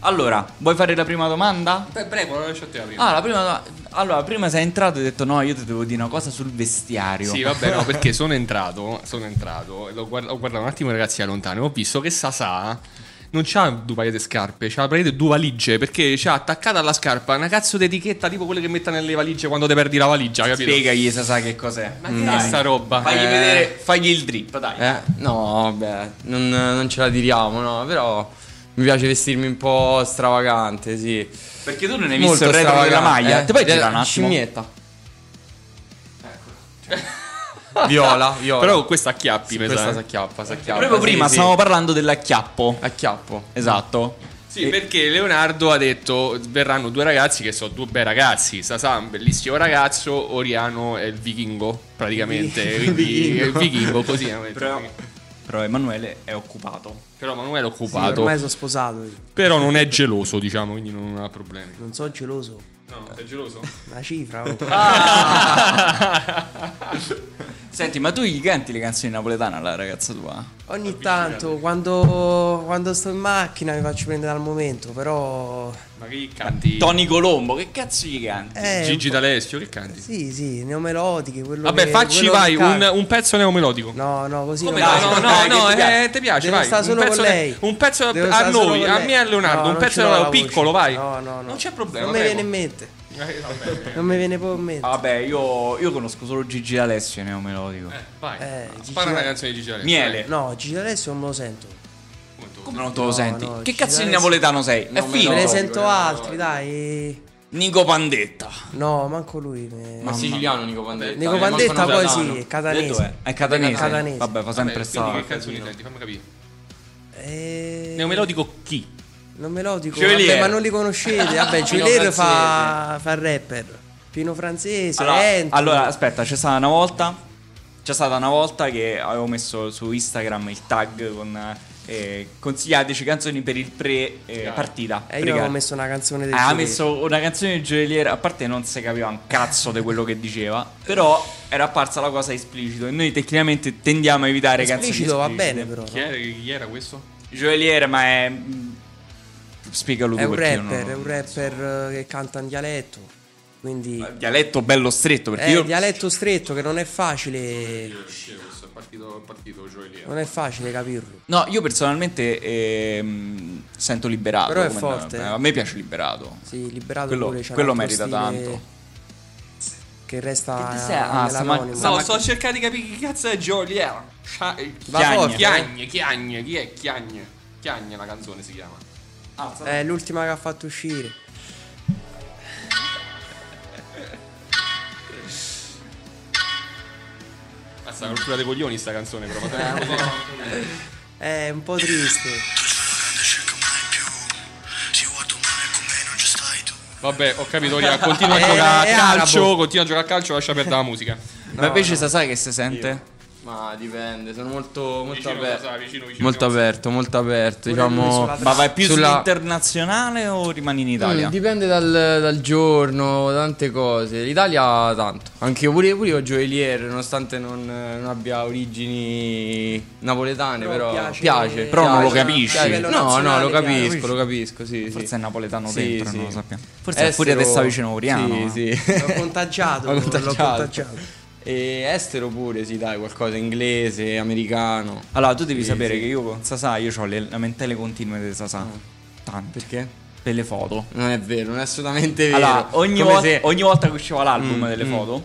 [SPEAKER 1] Allora, vuoi fare la prima domanda?
[SPEAKER 5] prego, lo lascio a te la prima.
[SPEAKER 1] Ah, la prima do- Allora, prima sei entrato e hai detto no, io ti devo dire una cosa sul vestiario.
[SPEAKER 2] Sì, vabbè, no, perché sono entrato, sono entrato, e l'ho guard- ho guardato un attimo i ragazzi da lontano e ho visto che Sasà non c'ha due paia di scarpe, c'ha praticamente due valigie, perché c'ha attaccata alla scarpa una cazzo di etichetta tipo quelle che mettono nelle valigie quando te perdi la valigia, capito?
[SPEAKER 1] Spiegagli se sa che cos'è.
[SPEAKER 2] Mm. Questa roba.
[SPEAKER 1] Fagli
[SPEAKER 2] Eh,
[SPEAKER 1] vedere, fagli il drip, dai.
[SPEAKER 7] Eh, no, vabbè, non, non ce la tiriamo, no, però mi piace vestirmi un po' stravagante, sì.
[SPEAKER 1] Perché tu non hai visto il retro della
[SPEAKER 7] stravagante,
[SPEAKER 1] maglia.
[SPEAKER 7] eh.
[SPEAKER 1] Ti puoi
[SPEAKER 7] Della
[SPEAKER 1] girare un attimo?
[SPEAKER 7] Scimmietta.
[SPEAKER 1] Ecco.
[SPEAKER 7] Viola, viola.
[SPEAKER 2] Però con questa acchiappi,
[SPEAKER 7] Sì,
[SPEAKER 2] mi
[SPEAKER 7] questa
[SPEAKER 2] sa. eh.
[SPEAKER 7] s'acchiappa, s'acchiappa.
[SPEAKER 1] Proprio
[SPEAKER 7] Sì,
[SPEAKER 1] prima
[SPEAKER 7] sì.
[SPEAKER 1] stavamo parlando dell'acchiappo.
[SPEAKER 7] Acchiappo.
[SPEAKER 1] Esatto.
[SPEAKER 2] Sì, perché Leonardo ha detto verranno due ragazzi che sono due bei ragazzi, Sasà è un bellissimo ragazzo, Oriano è il vichingo, praticamente, quindi è il vichingo così. hanno detto.
[SPEAKER 1] Però, però Emanuele è occupato.
[SPEAKER 2] Però Manuele è
[SPEAKER 6] Sì,
[SPEAKER 2] occupato.
[SPEAKER 6] ormai sono sposato. io.
[SPEAKER 2] Però non è geloso, diciamo, quindi non ha problemi.
[SPEAKER 6] Non sono geloso.
[SPEAKER 2] No, è geloso?
[SPEAKER 6] La cifra. oh.
[SPEAKER 2] Ah!
[SPEAKER 1] Senti, ma tu gli canti le canzoni napoletane alla ragazza tua?
[SPEAKER 6] Ogni tanto, quando, quando sto in macchina, mi faccio prendere al momento, però.
[SPEAKER 2] Ma che canti?
[SPEAKER 1] Tony Colombo, che cazzo gli canti?
[SPEAKER 6] Eh,
[SPEAKER 2] Gigi D'Alessio, che canti?
[SPEAKER 6] Sì, sì, neomelodiche. Quello
[SPEAKER 2] Vabbè,
[SPEAKER 6] che-
[SPEAKER 2] facci
[SPEAKER 6] quello che
[SPEAKER 2] vai un,
[SPEAKER 6] canta.
[SPEAKER 2] un pezzo neomelodico.
[SPEAKER 6] No, no, così.
[SPEAKER 2] Come
[SPEAKER 6] non
[SPEAKER 1] dai,
[SPEAKER 6] mi-
[SPEAKER 2] no, no, no,
[SPEAKER 1] dai,
[SPEAKER 2] no,
[SPEAKER 1] che ti piace.
[SPEAKER 2] eh, ti piace,
[SPEAKER 6] Devo
[SPEAKER 2] vai.
[SPEAKER 6] stare solo
[SPEAKER 2] un pezzo,
[SPEAKER 6] con lei.
[SPEAKER 2] un pezzo
[SPEAKER 6] Devo
[SPEAKER 2] a
[SPEAKER 6] stare solo
[SPEAKER 2] noi,
[SPEAKER 6] con
[SPEAKER 2] a
[SPEAKER 6] lei.
[SPEAKER 2] me e a Leonardo,
[SPEAKER 6] No,
[SPEAKER 2] un
[SPEAKER 6] non
[SPEAKER 2] pezzo
[SPEAKER 6] ce l'ho
[SPEAKER 2] Leonardo,
[SPEAKER 6] la voce.
[SPEAKER 2] piccolo, vai.
[SPEAKER 6] No, no, no.
[SPEAKER 2] Non c'è problema,
[SPEAKER 6] Non mi
[SPEAKER 2] prego. Ah,
[SPEAKER 6] viene in mente.
[SPEAKER 2] Eh, vabbè,
[SPEAKER 6] Non mi viene proprio in mente.
[SPEAKER 1] Vabbè, io, io conosco solo Gigi D'Alessio, neomelodico.
[SPEAKER 2] vai.
[SPEAKER 6] Eh, Gigi
[SPEAKER 2] Spara una
[SPEAKER 6] D'Alessio.
[SPEAKER 2] canzone di Gigi D'Alessio.
[SPEAKER 1] Miele.
[SPEAKER 6] No, Gigi adesso non me lo sento.
[SPEAKER 1] Come non te lo
[SPEAKER 6] No,
[SPEAKER 1] senti?
[SPEAKER 6] no,
[SPEAKER 1] che
[SPEAKER 6] Gigi
[SPEAKER 1] cazzo di
[SPEAKER 6] D'Alessio-
[SPEAKER 1] napoletano sei? È
[SPEAKER 6] Me ne
[SPEAKER 1] fino.
[SPEAKER 6] sento altri, dai.
[SPEAKER 1] Nico Pandetta.
[SPEAKER 6] No, manco lui. me-
[SPEAKER 7] Ma siciliano Nico Pandetta.
[SPEAKER 6] Nico
[SPEAKER 7] eh, manco
[SPEAKER 6] Pandetta
[SPEAKER 7] non
[SPEAKER 6] poi
[SPEAKER 7] napoletano.
[SPEAKER 6] sì, è
[SPEAKER 1] Detto è.
[SPEAKER 6] catanese.
[SPEAKER 1] È catanese.
[SPEAKER 6] Catanese.
[SPEAKER 1] Vabbè, fa
[SPEAKER 2] Vabbè,
[SPEAKER 1] sempre
[SPEAKER 2] quindi
[SPEAKER 1] sta.
[SPEAKER 2] che canzoni senti? Fammi capire.
[SPEAKER 6] Eh,
[SPEAKER 2] Neomelodico chi?
[SPEAKER 6] Non me lo dico,
[SPEAKER 1] Geolier.
[SPEAKER 6] vabbè, ma non li conoscete. Vabbè,
[SPEAKER 7] Pino
[SPEAKER 6] Giulier fa,
[SPEAKER 7] Francese.
[SPEAKER 6] fa il rapper. Pino Francese,
[SPEAKER 1] Allora,
[SPEAKER 6] Ento.
[SPEAKER 1] allora, aspetta, c'è stata una volta. C'è stata una volta che avevo messo su Instagram il tag con eh, Eh, consigliateci canzoni per il eh, pre-partita.
[SPEAKER 6] E Eh, io avevo messo una canzone del
[SPEAKER 1] Ah, ha
[SPEAKER 6] giovedì.
[SPEAKER 1] messo una canzone di gioielliera, a parte non si capiva un cazzo di quello che diceva, però era apparsa la cosa esplicito e noi tecnicamente tendiamo a evitare
[SPEAKER 6] Esplicito va
[SPEAKER 1] canzoni esplicite.
[SPEAKER 6] bene però.
[SPEAKER 2] Chi era, chi era questo?
[SPEAKER 1] Gioielliera, ma è spiegalo tu
[SPEAKER 6] È un
[SPEAKER 1] perché io
[SPEAKER 6] rapper,
[SPEAKER 1] non-
[SPEAKER 6] è un rapper eh, che canta in dialetto. Quindi
[SPEAKER 1] Dialetto bello stretto perché
[SPEAKER 6] è
[SPEAKER 1] io
[SPEAKER 6] un dialetto stretto che non è facile.
[SPEAKER 2] Questo è partito, è partito gioielliera.
[SPEAKER 6] Non è facile capirlo.
[SPEAKER 1] No, io personalmente ehm, sento liberato.
[SPEAKER 6] Però è
[SPEAKER 1] come-
[SPEAKER 6] forte.
[SPEAKER 1] A me piace liberato.
[SPEAKER 6] Sì, liberato
[SPEAKER 1] Quello-
[SPEAKER 6] pure c'ha
[SPEAKER 1] quello
[SPEAKER 6] un altro
[SPEAKER 1] merita
[SPEAKER 6] stile
[SPEAKER 1] tanto.
[SPEAKER 6] Che resta
[SPEAKER 1] Che
[SPEAKER 6] che
[SPEAKER 1] cos'è? Ah, sta man- sta
[SPEAKER 2] No,
[SPEAKER 1] ma-
[SPEAKER 2] sto cercando di capire chi cazzo è Joliera.
[SPEAKER 6] Va
[SPEAKER 1] Chiagne.
[SPEAKER 6] forte, eh.
[SPEAKER 2] Chiagne, Chiagne, chi è Chiagne? Chiagne la canzone si chiama.
[SPEAKER 6] È l'ultima che ha fatto uscire.
[SPEAKER 2] Mazza, coltura dei coglioni sta canzone, però. Eh, vabbè.
[SPEAKER 6] È un po' triste.
[SPEAKER 2] Vabbè, ho capito, Ria, continua a
[SPEAKER 6] È-
[SPEAKER 2] giocare
[SPEAKER 6] è
[SPEAKER 2] a calcio,
[SPEAKER 6] arabo.
[SPEAKER 2] continua a giocare a calcio, lascia perdere la musica.
[SPEAKER 1] Ma invece sa sai che si sente?
[SPEAKER 7] Ma dipende, sono molto, molto
[SPEAKER 2] Vicino, sa,
[SPEAKER 7] aperto.
[SPEAKER 2] vicino, vicino.
[SPEAKER 7] Molto aperto, molto aperto. Diciamo.
[SPEAKER 6] sulla-
[SPEAKER 1] Ma vai più
[SPEAKER 7] Sulla-
[SPEAKER 1] sull'internazionale o rimani in Italia?
[SPEAKER 7] Mm, dipende dal, dal giorno, tante cose. L'Italia tanto. Anche io pure, pure io gioielliere, nonostante non, non abbia origini napoletane,
[SPEAKER 6] Però
[SPEAKER 7] però,
[SPEAKER 6] piace-
[SPEAKER 7] piace,
[SPEAKER 6] Però
[SPEAKER 1] non lo
[SPEAKER 7] piace.
[SPEAKER 1] capisci.
[SPEAKER 6] A livello
[SPEAKER 7] No, no,
[SPEAKER 6] nazionale
[SPEAKER 7] lo
[SPEAKER 6] piace.
[SPEAKER 7] capisco, lo capisco, sì,
[SPEAKER 1] Forse
[SPEAKER 7] sì.
[SPEAKER 1] è napoletano
[SPEAKER 7] Sì,
[SPEAKER 1] dentro,
[SPEAKER 7] sì.
[SPEAKER 1] non lo sappiamo. Forse è furia
[SPEAKER 7] Estero-
[SPEAKER 1] testa vicino Oriano.
[SPEAKER 7] Sì,
[SPEAKER 6] L'ho
[SPEAKER 7] sì.
[SPEAKER 6] contagiato.
[SPEAKER 7] L'ho
[SPEAKER 6] L'ho
[SPEAKER 7] contagiato.
[SPEAKER 6] contagiato.
[SPEAKER 7] E estero pure, sì, dai, qualcosa inglese, americano.
[SPEAKER 1] Allora, tu devi
[SPEAKER 7] Sì,
[SPEAKER 1] sapere
[SPEAKER 7] sì. Ah.
[SPEAKER 1] che io con Sasà, io ho le lamentele continue di Sasà. Tante.
[SPEAKER 7] Perché?
[SPEAKER 1] Per le foto.
[SPEAKER 7] Non è vero, non è assolutamente vero.
[SPEAKER 1] Allora, ogni,
[SPEAKER 7] Come
[SPEAKER 1] vol-
[SPEAKER 7] se-
[SPEAKER 1] ogni volta che usciva l'album
[SPEAKER 7] Mm,
[SPEAKER 1] delle
[SPEAKER 7] mm.
[SPEAKER 1] foto,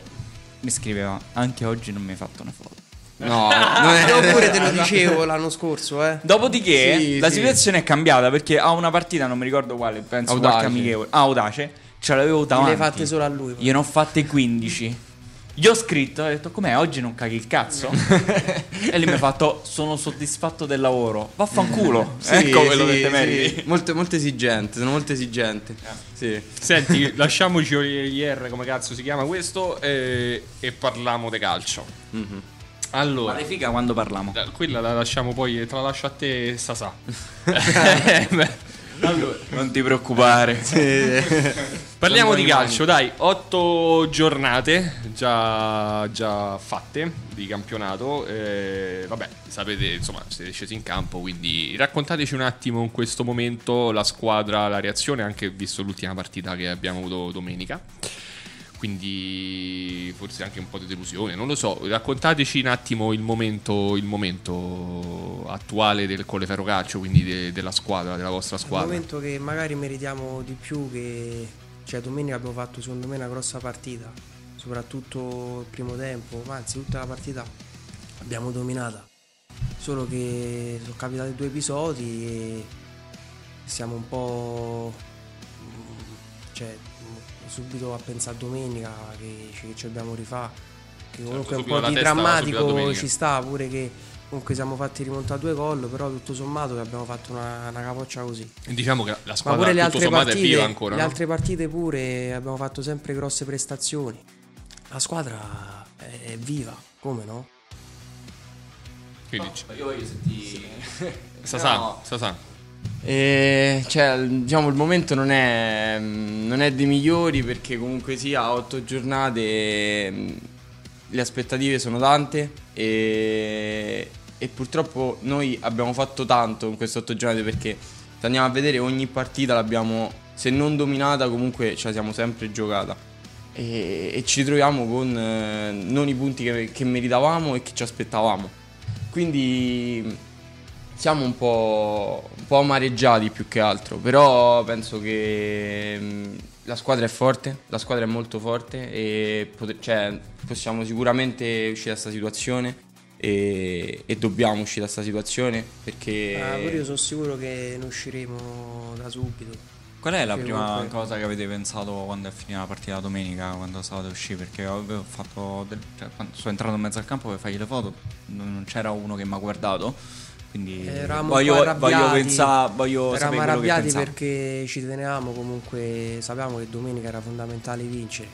[SPEAKER 1] mi scriveva, anche oggi non mi hai fatto una foto.
[SPEAKER 7] No, non è
[SPEAKER 6] Io pure te lo dicevo l'anno scorso, eh.
[SPEAKER 1] Dopodiché
[SPEAKER 7] Sì,
[SPEAKER 1] la
[SPEAKER 7] sì.
[SPEAKER 1] situazione è cambiata perché a una partita, non mi ricordo quale, penso
[SPEAKER 7] Audace.
[SPEAKER 1] qualche amichevole. Ah, audace. Ce l'avevo davanti.
[SPEAKER 6] Le hai fatte solo a lui.
[SPEAKER 1] Io ne ho fatte 15. Gli ho scritto, ho detto com'è oggi non caghi il cazzo? e lui mi ha fatto sono soddisfatto del lavoro. Vaffanculo.
[SPEAKER 7] Sì,
[SPEAKER 1] ecco quello
[SPEAKER 7] sì,
[SPEAKER 1] che te
[SPEAKER 7] sì.
[SPEAKER 1] meriti.
[SPEAKER 7] Molto, molto esigente, sono molto esigente. Sì.
[SPEAKER 2] Senti, lasciamo Jolier, come cazzo si chiama questo, e, e parliamo di calcio.
[SPEAKER 7] Mhm.
[SPEAKER 2] Allora,
[SPEAKER 1] Vale figa quando parliamo.
[SPEAKER 2] la- quella la lasciamo poi, te la lascio a te, Eh, Sasà.
[SPEAKER 1] Non ti preoccupare.
[SPEAKER 2] Parliamo di
[SPEAKER 7] Sono buoni
[SPEAKER 2] calcio, dai, otto giornate già, già fatte di campionato, eh, vabbè, sapete, insomma, siete scesi in campo, quindi raccontateci un attimo in questo momento la squadra, la reazione, anche visto l'ultima partita che abbiamo avuto domenica, quindi forse anche un po' di delusione, non lo so, raccontateci un attimo il momento, il momento attuale del Colleferro Calcio, quindi de- della squadra, della vostra
[SPEAKER 6] Al
[SPEAKER 2] squadra.
[SPEAKER 6] momento che magari meritiamo di più che cioè domenica abbiamo fatto secondo me una grossa partita, soprattutto il primo tempo, ma anzi tutta la partita abbiamo dominata. Solo che sono capitati due episodi e siamo un po' mm, cioè mm, subito a pensare a domenica che ci, che ci dobbiamo rifare. Che comunque
[SPEAKER 2] Certo, subito
[SPEAKER 6] un po'
[SPEAKER 2] alla
[SPEAKER 6] di
[SPEAKER 2] testa, subito a
[SPEAKER 6] drammatico
[SPEAKER 2] domenica.
[SPEAKER 6] ci sta pure che Comunque siamo fatti rimontare due gol, però tutto sommato che abbiamo fatto una, una capoccia così.
[SPEAKER 2] Diciamo che la
[SPEAKER 6] Ma
[SPEAKER 2] squadra
[SPEAKER 6] pure le
[SPEAKER 2] tutto
[SPEAKER 6] altre
[SPEAKER 2] sommato è
[SPEAKER 6] partite,
[SPEAKER 2] viva ancora.
[SPEAKER 6] le
[SPEAKER 2] no?
[SPEAKER 6] altre partite pure abbiamo fatto sempre grosse prestazioni. La squadra è, è viva, come no?
[SPEAKER 2] Quindi io voglio sentire. Sasà,
[SPEAKER 7] No.
[SPEAKER 2] Sasà.
[SPEAKER 7] E, cioè, diciamo, il momento non è, non è dei migliori perché comunque sia a otto giornate mh, le aspettative sono tante e, e purtroppo noi abbiamo fatto tanto in queste otto giornate perché se andiamo a vedere ogni partita l'abbiamo, se non dominata comunque ce la siamo sempre giocata. E, e ci troviamo con eh, non i punti che- che meritavamo e che ci aspettavamo. Quindi siamo un po', un po' amareggiati più che altro, però penso che mh, la squadra è forte, la squadra è molto forte e pote- cioè, possiamo sicuramente uscire da questa situazione e, e dobbiamo uscire da questa situazione perché...
[SPEAKER 1] Eh,
[SPEAKER 6] Ma Ah, pure io sono sicuro che ne usciremo da subito.
[SPEAKER 1] Qual è la
[SPEAKER 6] Sì,
[SPEAKER 1] prima
[SPEAKER 6] comunque.
[SPEAKER 1] cosa che avete pensato quando è finita la partita la domenica, quando stavate uscire? Perché avevo fatto del- cioè, quando sono entrato in mezzo al campo per fargli le foto, non non c'era uno che mi ha guardato. Quindi
[SPEAKER 6] Eravamo un po'
[SPEAKER 1] Eh, voglio,
[SPEAKER 6] arrabbiati,
[SPEAKER 1] voglio pensare, voglio sapere
[SPEAKER 6] Eravamo
[SPEAKER 1] quello che
[SPEAKER 6] arrabbiati
[SPEAKER 1] pensate.
[SPEAKER 6] perché ci tenevamo comunque, sapevamo che domenica era fondamentale vincere.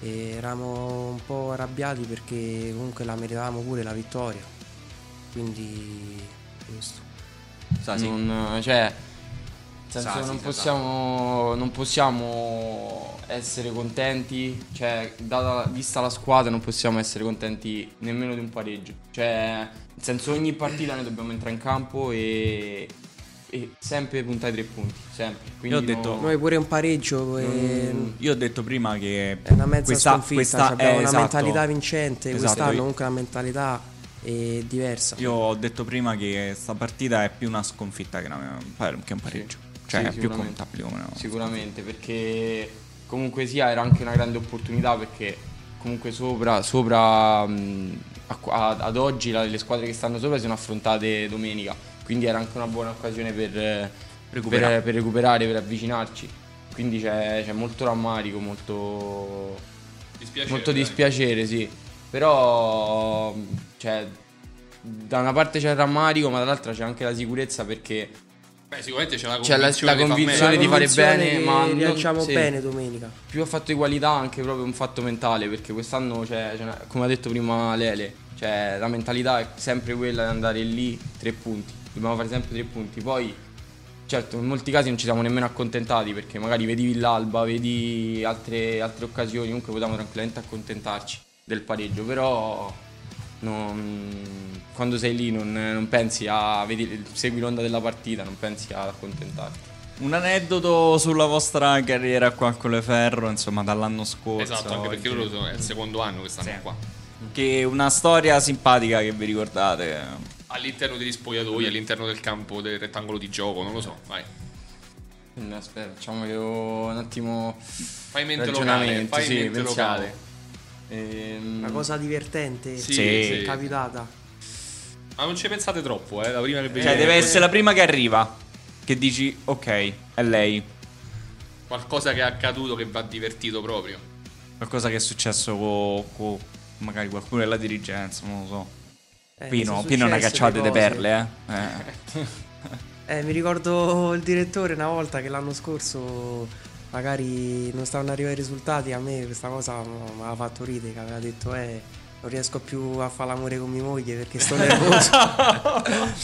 [SPEAKER 6] E eravamo un po' arrabbiati perché comunque la meritavamo pure la vittoria. Quindi questo.
[SPEAKER 1] Sa, sì.
[SPEAKER 7] Non, cioè, nel senso,
[SPEAKER 1] Sa, sì,
[SPEAKER 7] non,
[SPEAKER 1] sa,
[SPEAKER 7] possiamo, non possiamo essere contenti, cioè, data, vista la squadra, non possiamo essere contenti nemmeno di un pareggio. Cioè, nel senso, ogni partita noi dobbiamo entrare in campo e, e sempre puntare ai tre punti, sempre. Quindi
[SPEAKER 1] ho detto-
[SPEAKER 7] no-
[SPEAKER 1] No,
[SPEAKER 6] Noi pure un pareggio e-
[SPEAKER 7] Mm.
[SPEAKER 1] Io ho detto prima che
[SPEAKER 6] è una mezza
[SPEAKER 1] questa,
[SPEAKER 6] sconfitta,
[SPEAKER 1] questa
[SPEAKER 6] cioè abbiamo
[SPEAKER 1] è,
[SPEAKER 6] una
[SPEAKER 1] esatto.
[SPEAKER 6] mentalità vincente,
[SPEAKER 1] Esatto,
[SPEAKER 6] quest'anno
[SPEAKER 1] io-
[SPEAKER 6] comunque la mentalità è diversa.
[SPEAKER 1] Io ho detto prima che sta partita è più una sconfitta che, una- che un pareggio. Cioè
[SPEAKER 7] Sì,
[SPEAKER 1] è più
[SPEAKER 7] sicuramente.
[SPEAKER 1] contabile come una-
[SPEAKER 7] Sicuramente, perché comunque sia era anche una grande opportunità perché comunque sopra, sopra mh, a- a- ad oggi la- le squadre che stanno sopra si sono affrontate domenica, quindi era anche una buona occasione per, eh,
[SPEAKER 1] Recuperare.
[SPEAKER 7] per- per recuperare, per avvicinarci. Quindi c'è, c'è molto rammarico, molto,
[SPEAKER 5] Dispiacere,
[SPEAKER 7] molto
[SPEAKER 5] dai.
[SPEAKER 7] dispiacere, sì. Però mh, cioè, da una parte c'è il rammarico, ma dall'altra c'è anche la sicurezza perché
[SPEAKER 5] Beh, sicuramente c'è la
[SPEAKER 7] C'è
[SPEAKER 5] convinzione, di
[SPEAKER 7] la- la
[SPEAKER 5] far
[SPEAKER 7] convinzione
[SPEAKER 5] meglio.
[SPEAKER 7] di fare
[SPEAKER 6] Convinzione
[SPEAKER 7] bene,
[SPEAKER 6] che
[SPEAKER 7] ma non-
[SPEAKER 6] Rilanciamo
[SPEAKER 7] sì.
[SPEAKER 6] bene domenica.
[SPEAKER 1] Mm.
[SPEAKER 7] più ha fatto di qualità anche proprio un fatto mentale perché quest'anno cioè, c'è- c'è una- come ha detto prima Lele cioè, la mentalità è sempre quella di andare lì tre punti dobbiamo fare sempre tre punti poi certo in molti casi non ci siamo nemmeno accontentati perché magari vedivi l'alba vedi altre, altre occasioni comunque potevamo tranquillamente accontentarci del pareggio però non- quando sei lì non, non pensi a vedi, segui l'onda della partita non pensi ad accontentarti
[SPEAKER 1] Un aneddoto sulla vostra carriera qua con le Ferro, insomma, dall'anno scorso.
[SPEAKER 5] Esatto, anche perché
[SPEAKER 1] oggi.
[SPEAKER 5] loro sono, è il secondo anno che stanno
[SPEAKER 1] Sì.
[SPEAKER 5] qua.
[SPEAKER 1] Che una storia simpatica che vi ricordate.
[SPEAKER 5] All'interno degli spogliatoi, all'interno del campo, del rettangolo di gioco, non lo so. Vai.
[SPEAKER 7] quindi aspetta facciamo io un attimo
[SPEAKER 5] Fai mente locale,
[SPEAKER 7] ragionamento,
[SPEAKER 5] fai
[SPEAKER 7] sì,
[SPEAKER 5] mente
[SPEAKER 7] pensiamo.
[SPEAKER 5] locale.
[SPEAKER 7] Ehm,
[SPEAKER 6] Una cosa divertente,
[SPEAKER 5] Sì,
[SPEAKER 1] Sì.
[SPEAKER 5] sì.
[SPEAKER 6] capitata.
[SPEAKER 5] Ma non ci pensate troppo, eh, la prima che
[SPEAKER 1] Cioè,
[SPEAKER 5] vediamo.
[SPEAKER 1] deve essere la prima che arriva. Che dici, ok, è lei.
[SPEAKER 5] Qualcosa che è accaduto che va divertito proprio.
[SPEAKER 1] Qualcosa che è successo con magari qualcuno della dirigenza, non lo so.
[SPEAKER 6] Eh,
[SPEAKER 1] Pino,
[SPEAKER 6] sono
[SPEAKER 1] Pino è una
[SPEAKER 6] successe
[SPEAKER 1] cacciata di
[SPEAKER 6] cose.
[SPEAKER 1] perle, eh. eh.
[SPEAKER 6] Eh, mi ricordo il direttore una volta che l'anno scorso magari non stavano arrivando i risultati, a me questa cosa mi aveva fatto ridere, che aveva detto eh non riesco più a fare l'amore con mia moglie perché sto nervoso.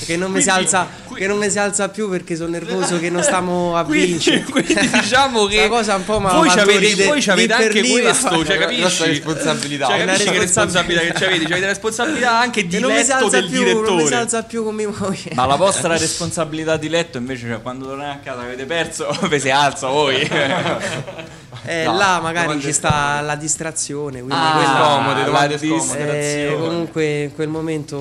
[SPEAKER 6] che, non mi si alza, che non mi si alza più perché sono nervoso che non stiamo a vincere.
[SPEAKER 1] quindi diciamo che
[SPEAKER 6] Sta cosa un po' m'ha
[SPEAKER 1] voi ci
[SPEAKER 6] fatto
[SPEAKER 1] avete,
[SPEAKER 6] ridere.
[SPEAKER 1] voi ci avete
[SPEAKER 6] Lì per
[SPEAKER 1] anche
[SPEAKER 6] lì,
[SPEAKER 1] questo,
[SPEAKER 6] ma-
[SPEAKER 1] cioè,
[SPEAKER 7] la nostra
[SPEAKER 1] capisci?
[SPEAKER 7] responsabilità.
[SPEAKER 1] Cioè,
[SPEAKER 6] È una
[SPEAKER 1] capisci che responsabilità che ci avete? Cioè, avete responsabilità anche di
[SPEAKER 6] Che non mi si
[SPEAKER 1] letto
[SPEAKER 6] alza
[SPEAKER 1] del
[SPEAKER 6] più, non mi si
[SPEAKER 1] direttore.
[SPEAKER 6] alza più con mia moglie.
[SPEAKER 1] Ma la vostra responsabilità di letto invece, cioè, quando tornate a casa avete perso, ve si alza voi.
[SPEAKER 5] Ah,
[SPEAKER 6] Eh,
[SPEAKER 1] No,
[SPEAKER 6] là
[SPEAKER 1] domande
[SPEAKER 6] magari ci sta la distrazione, quindi
[SPEAKER 7] Ah,
[SPEAKER 6] quella-
[SPEAKER 7] scomode, domande
[SPEAKER 1] la
[SPEAKER 7] scomode.
[SPEAKER 1] distrazione.
[SPEAKER 6] Eh, comunque in quel momento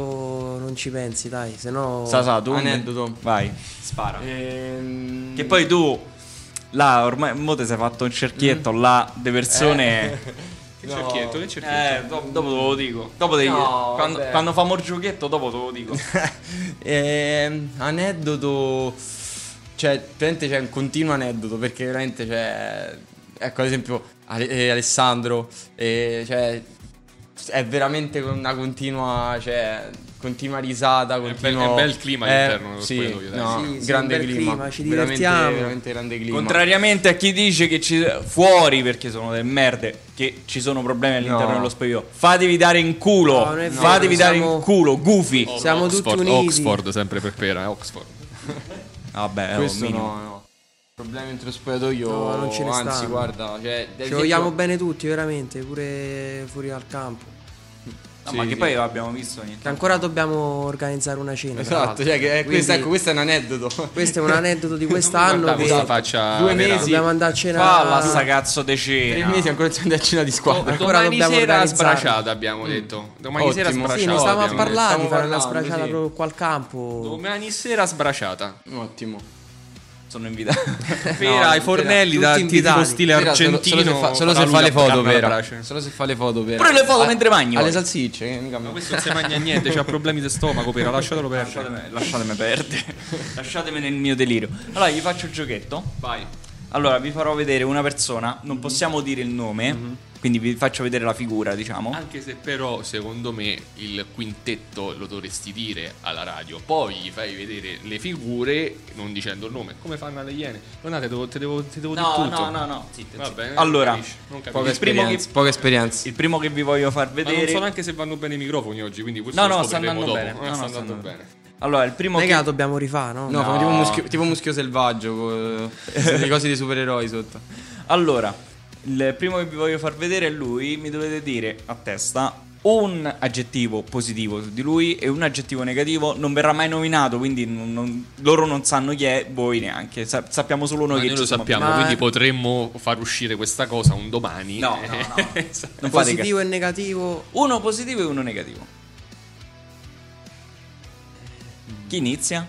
[SPEAKER 6] non ci pensi, dai, se no...
[SPEAKER 1] Sasà, tu
[SPEAKER 7] Aneddoto.
[SPEAKER 1] Vai, spara.
[SPEAKER 7] ehm,
[SPEAKER 1] Che poi tu, là, ormai, mo ti sei fatto un cerchietto, là, di persone...
[SPEAKER 5] Che
[SPEAKER 7] No.
[SPEAKER 5] cerchietto, che cerchietto.
[SPEAKER 1] Eh, do- dopo te lo dico. Dopo te-
[SPEAKER 7] No,
[SPEAKER 1] quando,
[SPEAKER 7] vabbè.
[SPEAKER 1] quando fa morgiughetto, dopo te lo dico.
[SPEAKER 7] ehm, aneddoto. Cioè, veramente c'è un continuo aneddoto perché veramente c'è. Ecco, ad esempio, Ale- eh, Alessandro. eh, cioè, è veramente una continua. Cioè, continua risata.
[SPEAKER 5] bel-
[SPEAKER 7] Continua...
[SPEAKER 5] è bel clima all'interno dello
[SPEAKER 7] sì,
[SPEAKER 5] spogliatoio, dai.
[SPEAKER 7] no,
[SPEAKER 6] Sì, sì,
[SPEAKER 7] grande
[SPEAKER 6] un bel
[SPEAKER 7] clima.
[SPEAKER 6] clima, ci
[SPEAKER 7] veramente-
[SPEAKER 6] divertiamo.
[SPEAKER 7] Veramente grande clima.
[SPEAKER 1] Contrariamente a chi dice che ci fuori perché sono delle merde, che ci sono problemi all'interno
[SPEAKER 7] No.
[SPEAKER 1] dello spogliatoio. Fatevi dare in culo.
[SPEAKER 6] No, non è vero,
[SPEAKER 1] fatevi dare
[SPEAKER 6] siamo-
[SPEAKER 1] in culo, gufi.
[SPEAKER 5] Oh,
[SPEAKER 6] Siamo tutti
[SPEAKER 2] Oxford,
[SPEAKER 6] uniti.
[SPEAKER 2] Oxford, sempre per pera, eh, Oxford.
[SPEAKER 1] Vabbè, oh,
[SPEAKER 7] Questo
[SPEAKER 1] minimo.
[SPEAKER 7] no, no. Problemi entro spogliatoio.
[SPEAKER 6] No, non ce ne
[SPEAKER 7] anzi,
[SPEAKER 6] stanno.
[SPEAKER 7] guarda. Cioè, ad
[SPEAKER 6] Ci
[SPEAKER 7] esempio-
[SPEAKER 6] vogliamo bene tutti, veramente, pure fuori al campo.
[SPEAKER 1] No, ma
[SPEAKER 7] Sì,
[SPEAKER 1] che
[SPEAKER 7] sì.
[SPEAKER 1] poi abbiamo visto ogni
[SPEAKER 6] Che
[SPEAKER 1] tanto.
[SPEAKER 6] ancora dobbiamo organizzare una cena. tra
[SPEAKER 7] Esatto,
[SPEAKER 6] l'altro.
[SPEAKER 7] cioè, che è-
[SPEAKER 6] Quindi
[SPEAKER 7] questo, ecco, questo è un aneddoto.
[SPEAKER 6] questo è un aneddoto di
[SPEAKER 5] Guarda
[SPEAKER 6] quest'anno che
[SPEAKER 5] questa faccia
[SPEAKER 7] due
[SPEAKER 5] vera.
[SPEAKER 7] mesi.
[SPEAKER 6] dobbiamo andare a cena.
[SPEAKER 1] Falla sta cazzo di cena.
[SPEAKER 7] Tre mesi ancora non siamo andati a cena di squadra.
[SPEAKER 6] Ancora
[SPEAKER 5] Domani
[SPEAKER 6] dobbiamo
[SPEAKER 5] sera
[SPEAKER 6] organizzare.
[SPEAKER 5] sbraciata abbiamo detto. Domani
[SPEAKER 7] Ottimo.
[SPEAKER 5] sera
[SPEAKER 7] Sì,
[SPEAKER 5] sbraciata.
[SPEAKER 6] Sì, non stavamo a
[SPEAKER 5] abbiamo detto.
[SPEAKER 6] parlare di
[SPEAKER 7] Stiamo
[SPEAKER 6] fare una
[SPEAKER 7] parlando,
[SPEAKER 6] sbracciata
[SPEAKER 7] sì.
[SPEAKER 6] proprio qua al campo.
[SPEAKER 5] Domani sera sbraciata.
[SPEAKER 7] Ottimo.
[SPEAKER 1] Sono invitato.
[SPEAKER 5] Vera ai fornelli
[SPEAKER 6] tutti
[SPEAKER 5] da tipo
[SPEAKER 6] invitati.
[SPEAKER 5] stile
[SPEAKER 7] Vera, solo-
[SPEAKER 5] argentino.
[SPEAKER 7] Solo, se fa, solo se
[SPEAKER 5] da lui
[SPEAKER 7] fa
[SPEAKER 5] a
[SPEAKER 7] le foto,
[SPEAKER 5] Carmen
[SPEAKER 7] vera.
[SPEAKER 5] Brace.
[SPEAKER 7] Solo se fa le foto, vera.
[SPEAKER 1] Pure le foto
[SPEAKER 7] A-
[SPEAKER 1] mentre bagno.
[SPEAKER 7] Alle salsicce, che mica-
[SPEAKER 5] Ma questo non si mangia niente, c'ha problemi di stomaco, però lasciatelo perdere.
[SPEAKER 1] Lasciatemi, lasciatemi perdere. lasciatemi nel mio delirio. Allora, gli faccio il giochetto.
[SPEAKER 5] Vai.
[SPEAKER 1] Allora, vi farò vedere una persona. Non
[SPEAKER 7] Mhm.
[SPEAKER 1] possiamo dire il nome. Quindi vi faccio vedere la figura, diciamo.
[SPEAKER 5] Anche se però secondo me il quintetto lo dovresti dire alla radio, poi gli fai vedere le figure non dicendo il nome, come fanno le iene. Guardate, devo, te devo, te devo dire tutto.
[SPEAKER 1] no. Zitto,
[SPEAKER 5] Va bene,
[SPEAKER 1] Allora,
[SPEAKER 5] non capisci, non capisci.
[SPEAKER 7] Poca
[SPEAKER 1] Il primo
[SPEAKER 7] esperienza.
[SPEAKER 1] che-
[SPEAKER 7] Poca esperienza.
[SPEAKER 1] Il primo che vi voglio far
[SPEAKER 5] Ma non
[SPEAKER 1] vedere.
[SPEAKER 5] so neanche se vanno bene i microfoni oggi, quindi questo
[SPEAKER 1] No,
[SPEAKER 5] lo
[SPEAKER 1] no, sta
[SPEAKER 5] scopriremo
[SPEAKER 1] andando
[SPEAKER 5] dopo.
[SPEAKER 1] bene.
[SPEAKER 5] Eh,
[SPEAKER 1] No, no,
[SPEAKER 5] sta
[SPEAKER 1] sta
[SPEAKER 5] andando
[SPEAKER 1] andando
[SPEAKER 5] bene.
[SPEAKER 1] Allora, il primo
[SPEAKER 6] Non è che la
[SPEAKER 1] che...
[SPEAKER 6] dobbiamo rifare, no? Cioè,
[SPEAKER 7] No, fa tipo, muschio, tipo muschio selvaggio, co- le cose dei supereroi sotto.
[SPEAKER 1] Allora, il primo che vi voglio far vedere è lui, mi dovete dire a testa un aggettivo positivo su di lui e un aggettivo negativo, non verrà mai nominato, quindi non- non- loro non sanno chi è, voi neanche, Sa- sappiamo solo noi
[SPEAKER 5] Ma
[SPEAKER 1] che
[SPEAKER 5] noi
[SPEAKER 1] ci
[SPEAKER 5] lo
[SPEAKER 1] siamo
[SPEAKER 5] sappiamo,
[SPEAKER 6] Ma-
[SPEAKER 5] quindi potremmo far uscire questa cosa un domani.
[SPEAKER 1] No, no, no.
[SPEAKER 5] Esatto.
[SPEAKER 1] Non fate
[SPEAKER 6] Positivo e negativo.
[SPEAKER 1] ca- Uno positivo e uno negativo. Chi inizia?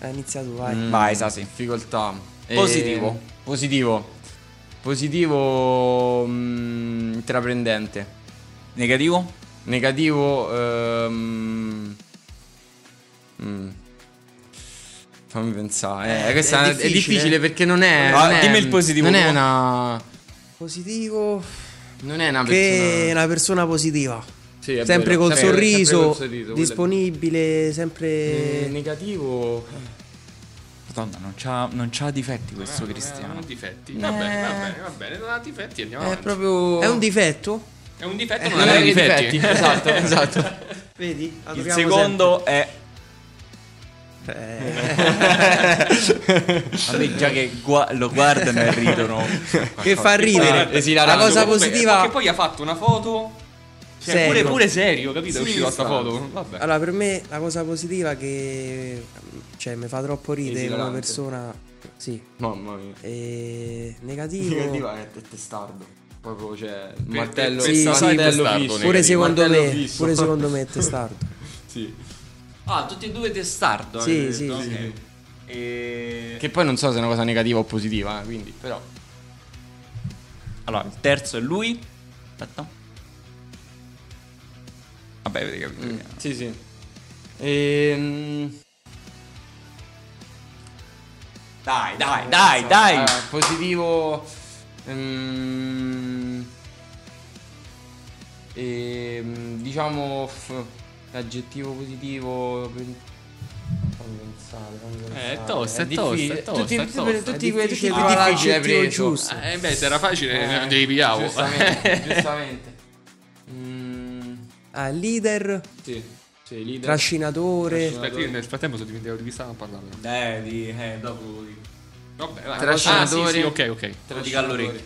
[SPEAKER 6] Eh, inizia tu,
[SPEAKER 7] Mm.
[SPEAKER 6] vai.
[SPEAKER 1] Vai, Sasi.
[SPEAKER 7] Difficoltà. Eh,
[SPEAKER 1] Positivo.
[SPEAKER 7] positivo. Positivo. mm, intraprendente.
[SPEAKER 1] Negativo?
[SPEAKER 7] Negativo. ehm, mm. Fammi pensare. Eh,
[SPEAKER 6] è
[SPEAKER 7] questa è, è
[SPEAKER 6] difficile.
[SPEAKER 7] difficile. perché non è.
[SPEAKER 1] Ah,
[SPEAKER 7] non è-
[SPEAKER 1] dimmi il positivo,
[SPEAKER 7] Non è
[SPEAKER 1] come-
[SPEAKER 7] una.
[SPEAKER 6] Positivo.
[SPEAKER 7] Non è una
[SPEAKER 6] Che è
[SPEAKER 7] persona.
[SPEAKER 6] una persona positiva.
[SPEAKER 7] Sì, è
[SPEAKER 6] sempre,
[SPEAKER 7] vero.
[SPEAKER 6] col
[SPEAKER 7] Sempre-
[SPEAKER 6] sorriso,
[SPEAKER 7] sempre col sorriso, quello è-
[SPEAKER 6] disponibile,
[SPEAKER 7] Eh,
[SPEAKER 6] sempre...
[SPEAKER 7] negativo.
[SPEAKER 1] Madonna, non c'ha, non c'ha difetti questo Cristiano.
[SPEAKER 5] Non ha
[SPEAKER 7] Eh.
[SPEAKER 5] difetti. Eh, Va bene, va bene, va bene. Non ha difetti, andiamo
[SPEAKER 7] È
[SPEAKER 5] avanti.
[SPEAKER 7] proprio.
[SPEAKER 6] cioè, È un difetto?
[SPEAKER 5] È un difetto, Eh,
[SPEAKER 7] Non
[SPEAKER 2] eh,
[SPEAKER 7] è che difetti. esatto, esatto.
[SPEAKER 6] Vedi? La
[SPEAKER 1] Il
[SPEAKER 6] troviamo
[SPEAKER 1] secondo è
[SPEAKER 6] sempre.
[SPEAKER 1] A me già che gua- lo guardano e ridono.
[SPEAKER 6] Eh, che fa ridere. la
[SPEAKER 7] esilarante.
[SPEAKER 6] cosa
[SPEAKER 5] Comunque,
[SPEAKER 6] positiva...
[SPEAKER 5] Che poi ha fatto una foto. Cioè,
[SPEAKER 6] Serio.
[SPEAKER 5] Pure, pure serio, capito? è
[SPEAKER 7] Sì, Ah,
[SPEAKER 5] uscita questa
[SPEAKER 7] sta.
[SPEAKER 5] foto. Vabbè.
[SPEAKER 6] Allora, per me la cosa positiva che... Cioè, mi fa troppo ridere come
[SPEAKER 7] Esilarante.
[SPEAKER 6] persona... Sì.
[SPEAKER 7] Mamma mia.
[SPEAKER 6] E... Negativo...
[SPEAKER 7] Negativa è testardo. Proprio, cioè. il
[SPEAKER 5] Per-
[SPEAKER 7] martello,
[SPEAKER 5] per-
[SPEAKER 7] il
[SPEAKER 6] sì, sì,
[SPEAKER 7] martello
[SPEAKER 5] testardo,
[SPEAKER 7] fisso.
[SPEAKER 6] Pure
[SPEAKER 5] negativo.
[SPEAKER 6] secondo
[SPEAKER 7] Martello
[SPEAKER 6] me,
[SPEAKER 7] fisso.
[SPEAKER 6] pure secondo me è testardo.
[SPEAKER 7] Sì.
[SPEAKER 1] Ah, tutti e due testardo.
[SPEAKER 6] Sì, avete sì, detto? sì.
[SPEAKER 1] ok. E...
[SPEAKER 7] Che poi non so se è una cosa negativa o positiva, eh, quindi, però.
[SPEAKER 1] Allora, il terzo è lui. Aspetta. Vabbè, avete capito. che-
[SPEAKER 7] Sì, sì. Ehm,
[SPEAKER 1] Dai, dai, dai, dai.
[SPEAKER 7] eh, positivo. ehm, ehm, diciamo. f- aggettivo positivo. pen- Fammi pensare, fammi pensare.
[SPEAKER 5] Eh, è tosta, è tosta, è
[SPEAKER 7] difficile.
[SPEAKER 5] tosta,
[SPEAKER 7] Tutti,
[SPEAKER 5] è
[SPEAKER 7] tutti-
[SPEAKER 5] tosta.
[SPEAKER 7] tutti quei tutti
[SPEAKER 6] difficile
[SPEAKER 7] quei
[SPEAKER 6] trovare
[SPEAKER 7] paraggi hai
[SPEAKER 6] l'aggettivo
[SPEAKER 7] preso.
[SPEAKER 6] giusto.
[SPEAKER 5] Eh, beh, se era facile,
[SPEAKER 7] Eh,
[SPEAKER 5] non oh. te li pigliavo.
[SPEAKER 7] Giustamente, giustamente. Mm,
[SPEAKER 6] Ah, leader,
[SPEAKER 7] sì, sì, leader.
[SPEAKER 6] trascinatore...
[SPEAKER 5] Aspetta, io nel frattempo sono dimenticato di chi stava parlando.
[SPEAKER 1] Eh, di, eh, dopo di-
[SPEAKER 5] Vabbè, vai.
[SPEAKER 7] Trascinatore.
[SPEAKER 5] Ah, sì, sì, ok, ok.
[SPEAKER 1] Lo dica all'orecchio.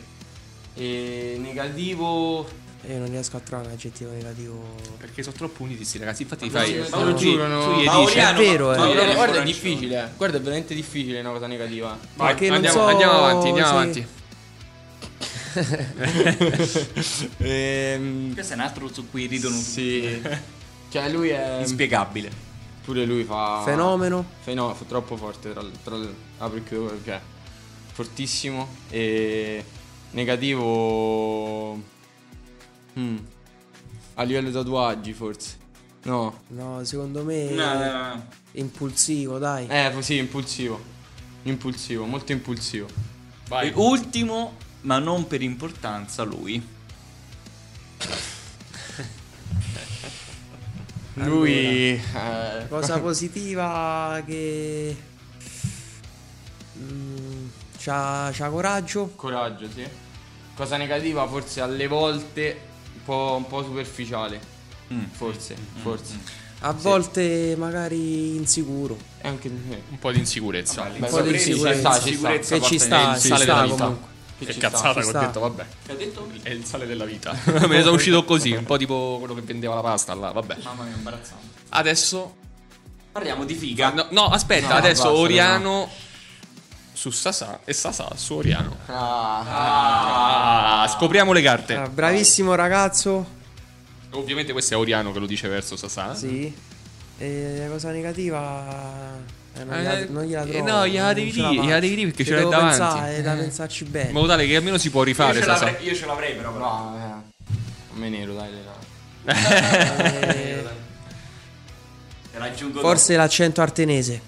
[SPEAKER 7] E negativo.
[SPEAKER 6] Io non riesco a trovare un aggettivo negativo...
[SPEAKER 5] Perché sono troppo uniti, sti ragazzi. Infatti,
[SPEAKER 7] Ma
[SPEAKER 5] fai.
[SPEAKER 7] sì, ma
[SPEAKER 5] tu
[SPEAKER 7] lo
[SPEAKER 5] gli-
[SPEAKER 7] giuro, no.
[SPEAKER 5] tu gli
[SPEAKER 1] Paolo-
[SPEAKER 5] dici-
[SPEAKER 6] È vero, eh.
[SPEAKER 1] Ma-
[SPEAKER 7] guarda,
[SPEAKER 1] Aurelio
[SPEAKER 7] guarda, è
[SPEAKER 1] Coraggio.
[SPEAKER 7] difficile. eh. Guarda, è veramente difficile una cosa negativa.
[SPEAKER 5] Vai,
[SPEAKER 6] Perché non
[SPEAKER 5] andiamo,
[SPEAKER 6] so
[SPEAKER 5] andiamo avanti, andiamo
[SPEAKER 6] se-
[SPEAKER 5] avanti.
[SPEAKER 7] ehm,
[SPEAKER 1] Questo è un altro su cui ridono tutti.
[SPEAKER 7] sì. Cioè, lui
[SPEAKER 1] ehm.
[SPEAKER 7] è.
[SPEAKER 1] Inspiegabile.
[SPEAKER 7] Pure lui fa.
[SPEAKER 6] Fenomeno.
[SPEAKER 7] Fenomeno, fa troppo forte. Tra, tra apro e chiudo, cioè. Fortissimo. E. Negativo. Mm. A livello tatuaggi, forse. No.
[SPEAKER 6] No, secondo me impulsivo, dai.
[SPEAKER 7] Eh, sì, impulsivo. Impulsivo, molto impulsivo.
[SPEAKER 1] E ultimo, ma non per importanza, lui.
[SPEAKER 7] Lui. eh,
[SPEAKER 6] Cosa positiva che mm, c'ha, c'ha coraggio.
[SPEAKER 7] Coraggio, sì. Cosa negativa, forse alle volte un po', un po' superficiale. Forse, forse.
[SPEAKER 6] A volte magari insicuro.
[SPEAKER 7] È anche. eh,
[SPEAKER 5] Un po' di insicurezza.
[SPEAKER 7] Un po' di insicurezza. Ci sta, ci sta.
[SPEAKER 6] Che ci sta,
[SPEAKER 5] il
[SPEAKER 6] ci
[SPEAKER 5] sale della
[SPEAKER 6] sta
[SPEAKER 5] vita.
[SPEAKER 6] comunque.
[SPEAKER 7] Che
[SPEAKER 5] Che
[SPEAKER 7] ci
[SPEAKER 5] cazzata che
[SPEAKER 6] sta,
[SPEAKER 5] ho
[SPEAKER 6] ci sta.
[SPEAKER 5] detto, vabbè.
[SPEAKER 1] Che ha detto?
[SPEAKER 5] È il sale della vita. Me ne sono uscito così, un po' tipo quello che vendeva la pasta là, vabbè.
[SPEAKER 1] Mamma mia, imbarazzante.
[SPEAKER 5] Adesso
[SPEAKER 1] Parliamo di figa.
[SPEAKER 5] No, no, aspetta,
[SPEAKER 7] No,
[SPEAKER 5] adesso
[SPEAKER 7] basta,
[SPEAKER 5] Oriano su Sasà e Sasà su Oriano.
[SPEAKER 7] Ah,
[SPEAKER 5] Ah, scopriamo le carte.
[SPEAKER 6] Ah, bravissimo ragazzo.
[SPEAKER 5] Ovviamente questo è Oriano che lo dice verso eh. Sasà.
[SPEAKER 6] Sì. E la cosa negativa eh, non, gliela,
[SPEAKER 5] Eh,
[SPEAKER 6] non gliela
[SPEAKER 5] eh,
[SPEAKER 6] trovo.
[SPEAKER 5] no, gliela
[SPEAKER 6] non
[SPEAKER 5] devi
[SPEAKER 6] ce la
[SPEAKER 5] dire,
[SPEAKER 6] faccio.
[SPEAKER 5] gliela devi dire perché
[SPEAKER 6] Ci
[SPEAKER 5] ce l'hai
[SPEAKER 6] devo
[SPEAKER 5] davanti.
[SPEAKER 6] pensare, è da pensarci
[SPEAKER 5] In
[SPEAKER 6] bene.
[SPEAKER 5] modo tale che almeno si può rifare Sasà.
[SPEAKER 1] io ce l'avrei però. però.
[SPEAKER 7] no, eh. Me nero, dai, le no.
[SPEAKER 6] Eh,
[SPEAKER 1] Te l'aggiungo
[SPEAKER 6] forse l'accento artenese.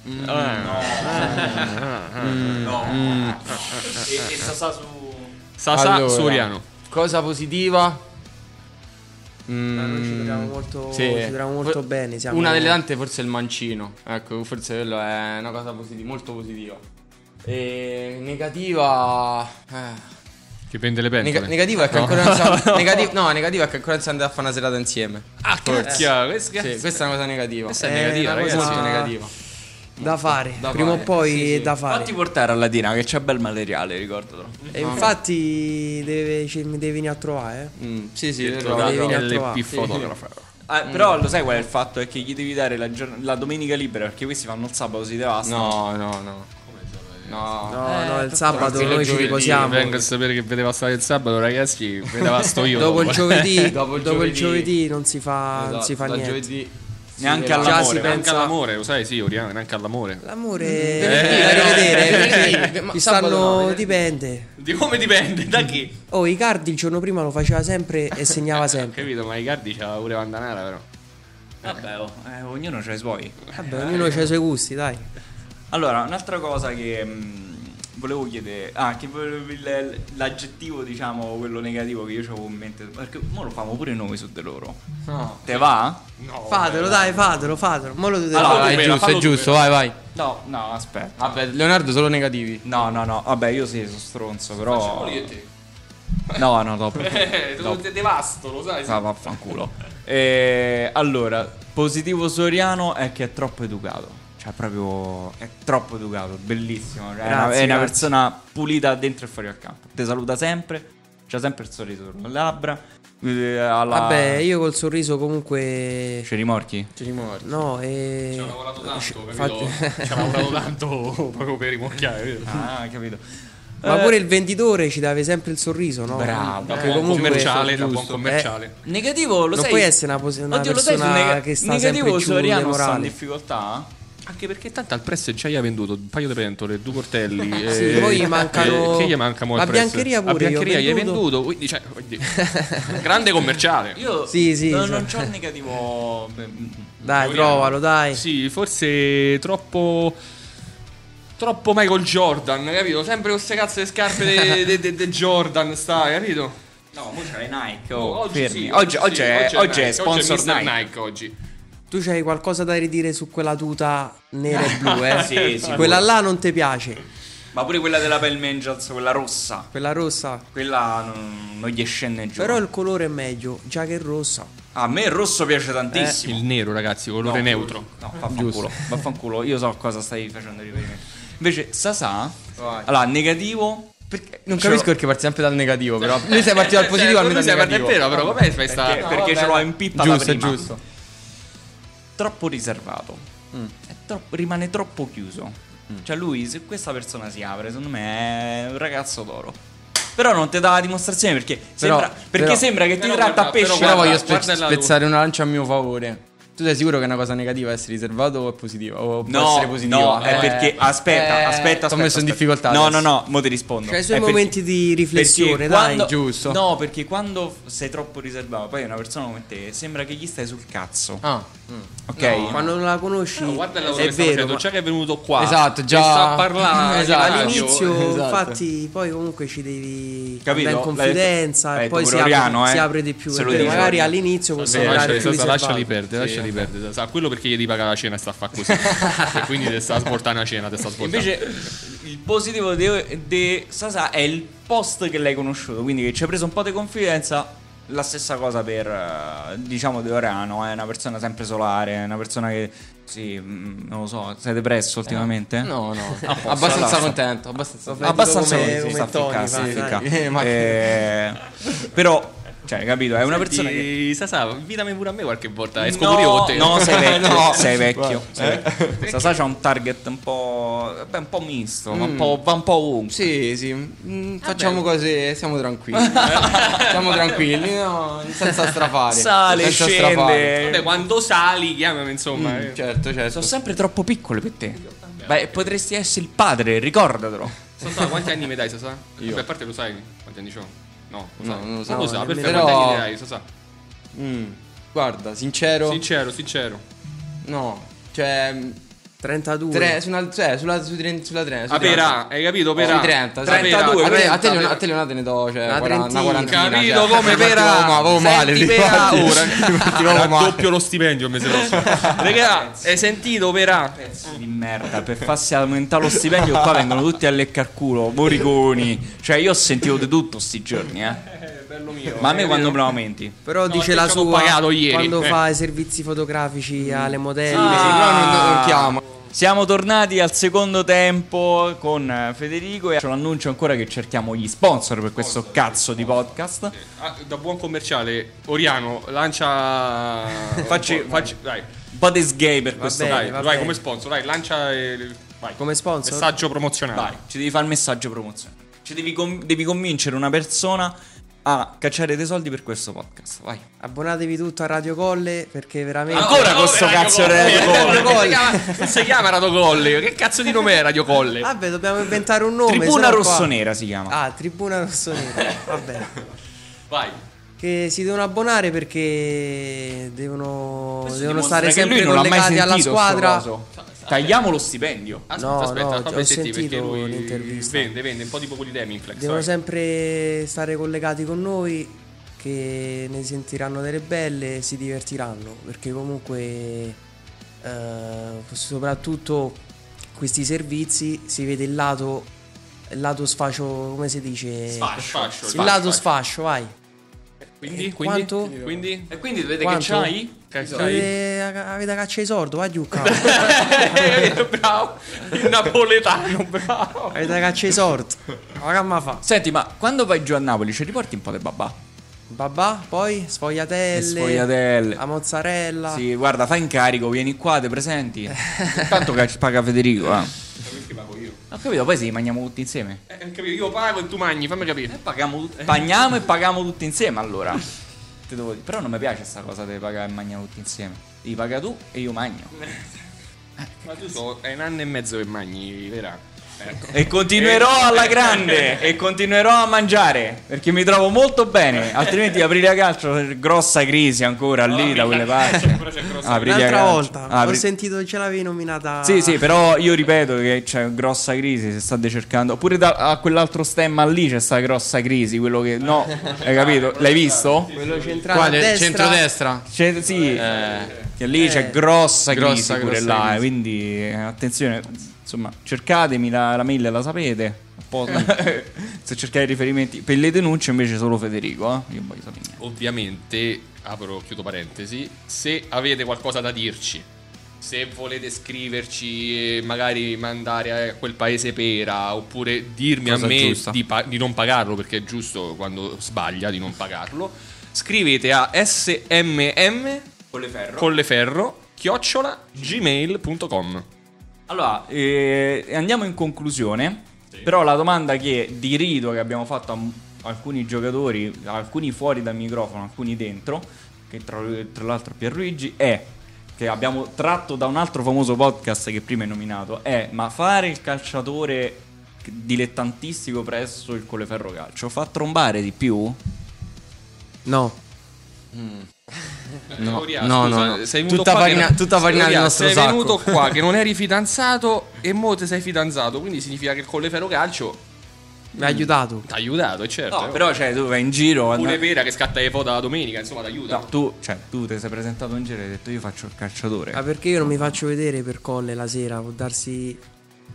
[SPEAKER 1] No.
[SPEAKER 2] Eh,
[SPEAKER 1] E, e Sasà su.
[SPEAKER 5] Sasà
[SPEAKER 7] Allora.
[SPEAKER 5] su Oriano.
[SPEAKER 7] Cosa positiva?
[SPEAKER 6] Ma noi ci
[SPEAKER 7] Mm,
[SPEAKER 6] troviamo molto,
[SPEAKER 7] sì.
[SPEAKER 6] ci troviamo molto
[SPEAKER 7] For-
[SPEAKER 6] bene. siamo-
[SPEAKER 7] Una delle tante forse è il mancino. Ecco, forse quello è una cosa positiva, molto positiva. E negativa. eh,
[SPEAKER 2] Che vende le pentole.
[SPEAKER 7] Neg- negativo è che ancora non siamo. negati- no, negativo è che ancora non siamo andati a fare una serata insieme.
[SPEAKER 2] Ah, cacchia, questa,
[SPEAKER 7] Sì, questa è una cosa negativa.
[SPEAKER 2] questa è
[SPEAKER 6] Eh,
[SPEAKER 2] negativa,
[SPEAKER 6] una cosa-
[SPEAKER 2] ragazzi.
[SPEAKER 7] molto negativa.
[SPEAKER 6] da fare,
[SPEAKER 7] da
[SPEAKER 6] prima
[SPEAKER 7] fare.
[SPEAKER 6] o poi
[SPEAKER 7] Sì, sì.
[SPEAKER 6] da fare.
[SPEAKER 1] Fatti portare a Latina che c'è bel materiale, ricordatelo.
[SPEAKER 6] E infatti deve, ci- mi devi venire a trovare. eh.
[SPEAKER 7] Mm, sì, sì,
[SPEAKER 2] Il
[SPEAKER 7] lo
[SPEAKER 6] trovato.
[SPEAKER 7] trovo.
[SPEAKER 6] vieni a
[SPEAKER 2] LP
[SPEAKER 6] trovare.
[SPEAKER 2] fotografo.
[SPEAKER 1] Ah, però lo sai qual è il fatto? È che gli devi dare la, giorn- la domenica libera perché questi fanno il sabato, si devastano.
[SPEAKER 7] No, no, no. No.
[SPEAKER 6] No, no, il sabato
[SPEAKER 7] tranquillo,
[SPEAKER 6] noi ci
[SPEAKER 7] giovedì,
[SPEAKER 6] riposiamo.
[SPEAKER 2] Vengo a sapere che vedeva stare il sabato, ragazzi. Vedeva sto io.
[SPEAKER 6] Dopo il giovedì, dopo il
[SPEAKER 7] Dopo il
[SPEAKER 6] giovedì non si fa, non si fa
[SPEAKER 7] esatto, da
[SPEAKER 6] niente.
[SPEAKER 7] giovedì si
[SPEAKER 1] Neanche
[SPEAKER 2] eh,
[SPEAKER 7] leva.
[SPEAKER 1] all'amore.
[SPEAKER 6] Già si
[SPEAKER 1] Neanche
[SPEAKER 2] Neanche
[SPEAKER 6] pensa
[SPEAKER 2] all'amore, lo sai, sì, Oriana, neanche all'amore.
[SPEAKER 6] L'amore
[SPEAKER 7] Eh,
[SPEAKER 6] da
[SPEAKER 7] no,
[SPEAKER 6] rivedere,
[SPEAKER 7] venerdì,
[SPEAKER 6] perché
[SPEAKER 7] ma
[SPEAKER 6] ci
[SPEAKER 7] sabato
[SPEAKER 6] stanno
[SPEAKER 7] no, venerdì.
[SPEAKER 6] dipende.
[SPEAKER 2] Di come dipende? Da chi?
[SPEAKER 6] Oh, Icardi il giorno prima lo faceva sempre e segnava sempre.
[SPEAKER 2] Capito, ma i cardi c'ha pure Vandanara, però.
[SPEAKER 1] Vabbè, oh, eh, ognuno ha i suoi.
[SPEAKER 6] Vabbè, ognuno ha i suoi gusti, dai.
[SPEAKER 1] Allora, un'altra cosa che mh, volevo chiedere, ah, che volevo il- l'aggettivo, diciamo, quello negativo che io avevo in mente, perché mo lo famo pure noi su di loro.
[SPEAKER 7] No.
[SPEAKER 1] Te va?
[SPEAKER 2] No.
[SPEAKER 6] Fatelo, dai, fatelo, fatelo. Mo lo dite
[SPEAKER 1] Allora,
[SPEAKER 7] Allora, è
[SPEAKER 2] Fallo tu, fallo
[SPEAKER 7] giusto, è
[SPEAKER 2] tu.
[SPEAKER 7] giusto, vai, vai.
[SPEAKER 1] No, no, aspetta.
[SPEAKER 7] Vabbè, Leonardo solo negativi.
[SPEAKER 1] No, no, no, vabbè, io sì, sono stronzo, però No, no, dopo.
[SPEAKER 2] Eh,
[SPEAKER 1] dopo.
[SPEAKER 2] devasto, lo sai.
[SPEAKER 1] Ah, vaffanculo. Eh, allora, positivo soriano è che è troppo educato. Cioè, proprio è troppo educato, bellissimo. Cioè, è, una,
[SPEAKER 6] Grazie,
[SPEAKER 1] è una
[SPEAKER 6] grazie.
[SPEAKER 1] persona pulita dentro e fuori al campo. Ti saluta sempre, c'ha sempre il sorriso sulle labbra. eh, alla-
[SPEAKER 6] Vabbè, io col sorriso comunque
[SPEAKER 1] C'è rimorchi?
[SPEAKER 7] Ci rimordi.
[SPEAKER 6] no e
[SPEAKER 2] Ci ha lavorato tanto, capito?
[SPEAKER 6] Infatti-
[SPEAKER 2] Ci ha lavorato tanto proprio per rimorchiare, vero?
[SPEAKER 1] Ah, capito.
[SPEAKER 6] Ma
[SPEAKER 1] Eh,
[SPEAKER 6] pure il venditore ci deve sempre il sorriso, no?
[SPEAKER 1] Bravo.
[SPEAKER 2] Da
[SPEAKER 1] Eh,
[SPEAKER 6] Perché
[SPEAKER 2] buon commerciale, da buon
[SPEAKER 6] giusto. Eh,
[SPEAKER 2] commerciale.
[SPEAKER 1] negativo lo
[SPEAKER 6] non
[SPEAKER 1] sai.
[SPEAKER 6] puoi essere una, pos- una
[SPEAKER 1] Oddio, lo sai
[SPEAKER 6] persona
[SPEAKER 1] sul nega-
[SPEAKER 6] che sta sempre
[SPEAKER 1] negativo
[SPEAKER 6] giù le
[SPEAKER 1] soriano sta in
[SPEAKER 6] morali.
[SPEAKER 1] difficoltà?
[SPEAKER 2] Anche perché tanto al press già gli ha venduto un paio di pentole, due cortelli.
[SPEAKER 6] Sì,
[SPEAKER 2] e-
[SPEAKER 6] poi gli
[SPEAKER 2] e-
[SPEAKER 6] mancano-
[SPEAKER 2] Che gli manca mo' al
[SPEAKER 6] La
[SPEAKER 2] press?
[SPEAKER 6] biancheria pure,
[SPEAKER 2] La biancheria
[SPEAKER 6] gli
[SPEAKER 2] gli
[SPEAKER 6] ho
[SPEAKER 2] hai venduto. Quindi, cioè, oddio. grande commerciale.
[SPEAKER 1] Io
[SPEAKER 6] Sì, sì,
[SPEAKER 1] non,
[SPEAKER 6] so.
[SPEAKER 1] non c'ho il negativo. mm, beh,
[SPEAKER 6] Dai,
[SPEAKER 2] Vogliamo.
[SPEAKER 6] trovalo, dai.
[SPEAKER 2] Sì, forse troppo. Troppo Michael Jordan, capito? Sempre queste cazzo di scarpe de, de- de- de Jordan, sta, capito?
[SPEAKER 1] No, mo c'hai Nike. Oh,
[SPEAKER 2] Oggi
[SPEAKER 1] fermi.
[SPEAKER 2] sì,
[SPEAKER 1] oggi, oggi
[SPEAKER 2] sì,
[SPEAKER 1] è,
[SPEAKER 2] oggi
[SPEAKER 1] oggi è
[SPEAKER 2] Nike,
[SPEAKER 1] sponsor
[SPEAKER 2] oggi è Mr.
[SPEAKER 1] Nike. Eh.
[SPEAKER 2] oggi.
[SPEAKER 6] Tu c'hai qualcosa da ridire su quella tuta nera e blu, eh?
[SPEAKER 1] Sì, sicuro.
[SPEAKER 6] Quella là non ti piace.
[SPEAKER 1] Ma pure quella della Pell Angels, quella rossa.
[SPEAKER 6] Quella rossa.
[SPEAKER 1] Quella non, non gli scende giù.
[SPEAKER 6] Però il colore è meglio, già che è rossa.
[SPEAKER 1] A me il rosso piace tantissimo.
[SPEAKER 2] Eh, Il nero, ragazzi, colore
[SPEAKER 1] No,
[SPEAKER 2] neutro.
[SPEAKER 1] No, vaffanculo. vaffanculo, io so a cosa stai facendo riferimento. Invece, Sasà.
[SPEAKER 7] Vai.
[SPEAKER 1] Allora, negativo.
[SPEAKER 7] Perché non
[SPEAKER 1] Ce
[SPEAKER 7] capisco
[SPEAKER 1] l'ho-
[SPEAKER 7] perché parti sempre dal negativo, però. Lui sei partito
[SPEAKER 1] Eh,
[SPEAKER 7] dal positivo, almeno
[SPEAKER 2] Lui sei
[SPEAKER 7] dal
[SPEAKER 2] partito-
[SPEAKER 7] negativo.
[SPEAKER 2] È vero, però vabbè, fai sta.
[SPEAKER 1] Perché, perché
[SPEAKER 7] vabbè,
[SPEAKER 1] ce l'ho
[SPEAKER 7] dai.
[SPEAKER 1] in pippa la
[SPEAKER 7] Giusto, è
[SPEAKER 1] prima.
[SPEAKER 7] giusto.
[SPEAKER 1] Troppo riservato. È troppo- rimane troppo chiuso. Cioè, lui, se questa persona si apre, secondo me è un ragazzo d'oro. Però non ti dà la dimostrazione perché, sembra, perché
[SPEAKER 7] però-
[SPEAKER 1] sembra che ti
[SPEAKER 2] però
[SPEAKER 1] tratta
[SPEAKER 2] guarda,
[SPEAKER 1] a pesce.
[SPEAKER 2] però
[SPEAKER 7] Però voglio
[SPEAKER 2] Guarda,
[SPEAKER 7] spe-
[SPEAKER 2] guarda la tua-
[SPEAKER 7] spezzare una lancia a mio favore. Tu sei sicuro che è una cosa negativa essere riservato o è positiva? O può
[SPEAKER 1] No,
[SPEAKER 7] essere positiva?
[SPEAKER 1] no, è
[SPEAKER 7] Eh,
[SPEAKER 1] perché aspetta, aspetta,
[SPEAKER 7] eh, T'ho
[SPEAKER 1] aspetta,
[SPEAKER 7] messo in
[SPEAKER 1] aspetta.
[SPEAKER 7] difficoltà.
[SPEAKER 1] No,
[SPEAKER 7] adesso.
[SPEAKER 1] no, no, mo ti rispondo.
[SPEAKER 6] Cioè, i suoi
[SPEAKER 1] È perché-
[SPEAKER 6] momenti di riflessione,
[SPEAKER 1] perché
[SPEAKER 6] dai.
[SPEAKER 1] quando-
[SPEAKER 7] giusto.
[SPEAKER 1] No, perché quando sei troppo riservato, poi una persona come te sembra che gli stai sul cazzo.
[SPEAKER 7] Ah, mm.
[SPEAKER 1] ok?
[SPEAKER 6] Quando non la conosci,
[SPEAKER 1] Mm.
[SPEAKER 2] No, guarda il lavoro
[SPEAKER 6] è
[SPEAKER 2] che sta
[SPEAKER 6] vero.
[SPEAKER 2] facendo,
[SPEAKER 6] ma-
[SPEAKER 2] già che è venuto qua.
[SPEAKER 7] Esatto, già-
[SPEAKER 2] che sta a parlare
[SPEAKER 7] Esatto.
[SPEAKER 2] alla radio.
[SPEAKER 6] All'inizio,
[SPEAKER 7] Esatto.
[SPEAKER 6] infatti, poi comunque ci devi
[SPEAKER 1] Capito?
[SPEAKER 6] andare in
[SPEAKER 1] L'hai
[SPEAKER 6] confidenza
[SPEAKER 1] detto-
[SPEAKER 6] e
[SPEAKER 1] l'hai
[SPEAKER 6] poi
[SPEAKER 1] detto
[SPEAKER 6] si
[SPEAKER 1] pure
[SPEAKER 6] apre,
[SPEAKER 1] Oriano, eh.
[SPEAKER 6] si apre di più.
[SPEAKER 1] Se
[SPEAKER 6] è
[SPEAKER 1] lo
[SPEAKER 6] vero,
[SPEAKER 1] dice
[SPEAKER 6] magari
[SPEAKER 1] Oriano.
[SPEAKER 6] all'inizio può
[SPEAKER 2] Sì,
[SPEAKER 6] sembrare
[SPEAKER 2] lasciali,
[SPEAKER 6] più
[SPEAKER 2] lasciali, lasciali
[SPEAKER 6] riservato.
[SPEAKER 2] perdere, lasciali perdere. Sa, quello perché gli devi pagare la cena sta a fa così. e quindi te sta a svoltare una cena, te sta a svoltare.
[SPEAKER 1] Invece il positivo di Sasa è il post che l'hai conosciuto, quindi che ci hai preso un po' di confidenza. La stessa cosa per, eh, diciamo, De Orano, è una persona sempre solare, è una persona che, sì, mm, non lo so, sei depresso ultimamente?
[SPEAKER 7] Eh, No, no.
[SPEAKER 1] posso,
[SPEAKER 7] abbastanza
[SPEAKER 1] allora.
[SPEAKER 7] contento, abbastanza
[SPEAKER 6] Vedi
[SPEAKER 1] abbastanza
[SPEAKER 6] come-
[SPEAKER 1] così,
[SPEAKER 6] come
[SPEAKER 1] sta a
[SPEAKER 6] Tony,
[SPEAKER 1] ficcà, sta a
[SPEAKER 6] sì,
[SPEAKER 1] ficcà.
[SPEAKER 7] dai. Eh, ma-
[SPEAKER 1] Eh, però, cioè, capito, è una persona che...
[SPEAKER 2] Sasa, invitami pure a me qualche volta. Esco
[SPEAKER 1] no,
[SPEAKER 2] pure io con te.
[SPEAKER 1] No, sei vecchio. Sei vecchio.
[SPEAKER 7] Guarda.
[SPEAKER 1] sei vecchio. Sasà c'ha un target un po'. beh, un po' misto, ma un po', va un po' ovunque.
[SPEAKER 7] Sì, sì, mm,
[SPEAKER 6] Ah,
[SPEAKER 7] facciamo cose, siamo tranquilli. siamo tranquilli, no, senza strafare.
[SPEAKER 1] Sale,
[SPEAKER 7] senza strafare.
[SPEAKER 1] scende.
[SPEAKER 2] Vabbè, quando sali, chiamami insomma.
[SPEAKER 7] Mm,
[SPEAKER 2] eh.
[SPEAKER 7] certo, certo.
[SPEAKER 1] Sono sempre troppo piccole per te. Beh, potresti essere il padre, ricordatelo.
[SPEAKER 2] Sasa, quanti anni mi dai, Sasa?
[SPEAKER 7] Io.
[SPEAKER 2] Vabbè, a parte lo sai quanti anni c'ho? No, lo
[SPEAKER 7] No,
[SPEAKER 2] sai.
[SPEAKER 7] non lo so.
[SPEAKER 2] Non lo sa,
[SPEAKER 6] No,
[SPEAKER 2] perfetto.
[SPEAKER 7] nemmeno-
[SPEAKER 2] Quanti anni mi
[SPEAKER 7] Però-
[SPEAKER 2] dai, Sasa?
[SPEAKER 7] Mm, Guarda, sincero,
[SPEAKER 2] Sincero, sincero.
[SPEAKER 7] no, cioè mm,
[SPEAKER 6] 32.
[SPEAKER 7] Tre- su una- cioè, sulla, su tre- sulla tre- su
[SPEAKER 2] Ah,
[SPEAKER 7] tre-
[SPEAKER 2] Perà, hai capito?
[SPEAKER 7] sui
[SPEAKER 2] Perà.
[SPEAKER 7] 30, sì.
[SPEAKER 2] 32,
[SPEAKER 7] a, te, a te,
[SPEAKER 2] quaranta,
[SPEAKER 7] Leon- a te Leonardo ne do cioè,
[SPEAKER 6] Una
[SPEAKER 7] 40, una quarantina.
[SPEAKER 6] trentina.
[SPEAKER 2] Capito
[SPEAKER 7] cioè.
[SPEAKER 2] come Perà?
[SPEAKER 7] Ma avevo male,
[SPEAKER 2] Senti,
[SPEAKER 7] ti
[SPEAKER 2] Perà,
[SPEAKER 7] ricordi?
[SPEAKER 2] ora.
[SPEAKER 7] Ti avevo male.
[SPEAKER 2] Raddoppio lo stipendio il mese prossimo. Regà, hai sentito Perà?
[SPEAKER 1] Di merda, per farsi aumentare lo stipendio, qua vengono tutti a leccar culo, boriconi. Cioè, io ho sentito di tutto sti giorni, eh.
[SPEAKER 2] Bello mio.
[SPEAKER 1] Ma a me quando me lo aumenti?
[SPEAKER 6] Però dice
[SPEAKER 2] te
[SPEAKER 6] la
[SPEAKER 2] ci avevo
[SPEAKER 6] sua
[SPEAKER 2] pagato ieri.
[SPEAKER 6] quando
[SPEAKER 2] Eh.
[SPEAKER 6] fa i servizi fotografici alle modelle.
[SPEAKER 7] però non- non chiama.
[SPEAKER 1] Siamo tornati al secondo tempo con eh, Federico e ce l'annuncio ancora che cerchiamo gli sponsor per questo cazzo di podcast.
[SPEAKER 2] Ah, da buon commerciale, Oriano, lancia.
[SPEAKER 1] Facci-
[SPEAKER 2] facci- Dai,
[SPEAKER 1] Un po' di sgay per questo.
[SPEAKER 6] bene,
[SPEAKER 2] dai,
[SPEAKER 6] va
[SPEAKER 2] vai
[SPEAKER 6] bene.
[SPEAKER 2] come sponsor, dai, lancia. eh, vai.
[SPEAKER 6] Come sponsor?
[SPEAKER 2] Messaggio promozionale.
[SPEAKER 1] Vai, ci devi fare il messaggio promozionale. Ci devi, con- devi convincere una persona a cacciare dei soldi per questo podcast. Vai.
[SPEAKER 6] Abbonatevi tutto a Radio Colle perché veramente...
[SPEAKER 1] Ancora
[SPEAKER 2] con
[SPEAKER 1] questo cazzo di Radio
[SPEAKER 6] Colle.
[SPEAKER 2] Non si chiama Radio Colle. Che cazzo di nome è Radio Colle?
[SPEAKER 6] Vabbè, dobbiamo inventare un nome.
[SPEAKER 1] Tribuna
[SPEAKER 6] sennò qua-
[SPEAKER 1] rossonera si chiama.
[SPEAKER 6] Ah, Tribuna Rossonera. Va bene.
[SPEAKER 2] Vai.
[SPEAKER 6] Che si devono abbonare perché devono, devono
[SPEAKER 1] dimostra
[SPEAKER 6] stare
[SPEAKER 1] che
[SPEAKER 6] sempre
[SPEAKER 1] lui non l'ha mai
[SPEAKER 6] collegati alla
[SPEAKER 1] sentito sto
[SPEAKER 6] squadra.
[SPEAKER 1] coso. Tagliamo lo stipendio.
[SPEAKER 2] Ah, Aspetta,
[SPEAKER 6] No,
[SPEAKER 2] aspetta,
[SPEAKER 6] no,
[SPEAKER 2] fammi
[SPEAKER 6] ho
[SPEAKER 2] sentire,
[SPEAKER 6] sentito
[SPEAKER 2] perché lui
[SPEAKER 6] l'intervista.
[SPEAKER 2] Vende, vende, un po' tipo quelli dei Minflex.
[SPEAKER 6] Devono
[SPEAKER 2] vai.
[SPEAKER 6] sempre stare collegati con noi che ne sentiranno delle belle e si divertiranno perché comunque eh, soprattutto questi servizi si vede il lato il lato sfascio come si dice
[SPEAKER 2] Sfascio, sfascio,
[SPEAKER 6] il
[SPEAKER 2] sfascio,
[SPEAKER 6] lato
[SPEAKER 2] sfascio.
[SPEAKER 6] sfascio vai
[SPEAKER 2] Quindi,
[SPEAKER 6] Eh,
[SPEAKER 2] quindi,
[SPEAKER 6] quanto?
[SPEAKER 2] quindi,
[SPEAKER 1] E quindi dovete
[SPEAKER 6] Quanto?
[SPEAKER 1] che c'hai?
[SPEAKER 2] Cacciai.
[SPEAKER 6] avete, Eh, avete caccia di sordo vai giù cavolo.
[SPEAKER 2] bravo, il napoletano, bravo.
[SPEAKER 6] avete caccia di sordo ma che ma fa
[SPEAKER 1] Senti, ma quando vai giù a Napoli ci riporti un po' di babà?
[SPEAKER 6] babà poi sfogliatelle
[SPEAKER 1] Le sfogliatelle.
[SPEAKER 6] la mozzarella
[SPEAKER 1] Sì, guarda, fai incarico, vieni qua, te presenti. Tanto che ci paga Federico, eh.
[SPEAKER 2] Perché pago io?
[SPEAKER 1] Ho capito, poi sì, mangiamo tutti insieme.
[SPEAKER 2] Eh, capito, io pago e tu mangi, fammi capire. Eh,
[SPEAKER 1] Paghiamo, tut- pagniamo e paghiamo tutti insieme allora. Te devo dire. Però non mi piace sta cosa di pagare e mangiare tutti insieme. Devi pagare tu e io magno.
[SPEAKER 2] Ma tu so, è un anno e mezzo che mangi, vera. Ecco.
[SPEAKER 1] E continuerò alla grande e continuerò a mangiare perché mi trovo molto bene. Altrimenti aprile a calcio è grossa crisi ancora lì da quelle parti.
[SPEAKER 2] Ancora c'è grossa
[SPEAKER 1] Aprile a
[SPEAKER 6] L'altra
[SPEAKER 1] calcio.
[SPEAKER 6] volta ho
[SPEAKER 1] Apri-
[SPEAKER 6] sentito ce l'avevi nominata
[SPEAKER 1] Sì, sì, però io ripeto che c'è grossa crisi, se state cercando. Oppure da, a quell'altro stemma lì c'è sta grossa crisi, quello che no, hai capito? L'hai visto?
[SPEAKER 6] quello centrale a
[SPEAKER 7] Quale?
[SPEAKER 6] Ah, destra,
[SPEAKER 7] Centrodestra?
[SPEAKER 1] C'è, Cioè, sì, che lì c'è grossa crisi
[SPEAKER 7] Eh, grossa,
[SPEAKER 1] pure
[SPEAKER 7] grossa
[SPEAKER 1] là,
[SPEAKER 7] crisi.
[SPEAKER 1] quindi eh, attenzione, insomma, cercatemi la, la mail la sapete. A posto. se cercate riferimenti per le denunce invece solo Federico, eh? io non voglio sapere niente.
[SPEAKER 2] Ovviamente, apro, chiudo parentesi, se avete qualcosa da dirci, se volete scriverci e magari mandare a quel paese pera, oppure dirmi
[SPEAKER 7] Cosa
[SPEAKER 2] a me
[SPEAKER 7] giusta.
[SPEAKER 2] di, pa- di non pagarlo, perché è giusto quando sbaglia di non pagarlo, scrivete a smm colleferro chiocciola gmail.com
[SPEAKER 1] Allora, eh, andiamo in conclusione. Però la domanda che dirido che abbiamo fatto a m- alcuni giocatori, alcuni fuori dal microfono, alcuni dentro, che tra, tra l'altro Pierluigi è che abbiamo tratto da un altro famoso podcast che prima è nominato, è ma fare il calciatore dilettantistico presso il Colleferro Calcio fa trombare di più?
[SPEAKER 6] No,
[SPEAKER 7] No,
[SPEAKER 2] Gloria,
[SPEAKER 7] no,
[SPEAKER 2] scusa,
[SPEAKER 7] no, no.
[SPEAKER 2] sei venuto
[SPEAKER 7] Tutta
[SPEAKER 2] qua che
[SPEAKER 7] farina,
[SPEAKER 2] non-
[SPEAKER 7] tutta farina del
[SPEAKER 2] Gloria,
[SPEAKER 7] nostro
[SPEAKER 2] sei
[SPEAKER 7] sacco.
[SPEAKER 2] venuto qua che non eri fidanzato e mo te sei fidanzato, quindi significa che il Colleferro Calcio
[SPEAKER 6] mi ha
[SPEAKER 7] Mm.
[SPEAKER 6] aiutato.
[SPEAKER 2] ti ha aiutato, è certo.
[SPEAKER 1] No, però cioè tu vai in giro...
[SPEAKER 2] Pure
[SPEAKER 1] and-
[SPEAKER 2] Pera che scatta le foto la domenica, insomma, ti aiuta.
[SPEAKER 1] No, tu, cioè, tu ti sei presentato in giro e hai detto io faccio il calciatore.
[SPEAKER 6] Ma Ah, perché io non mi faccio vedere per colle la sera? Può darsi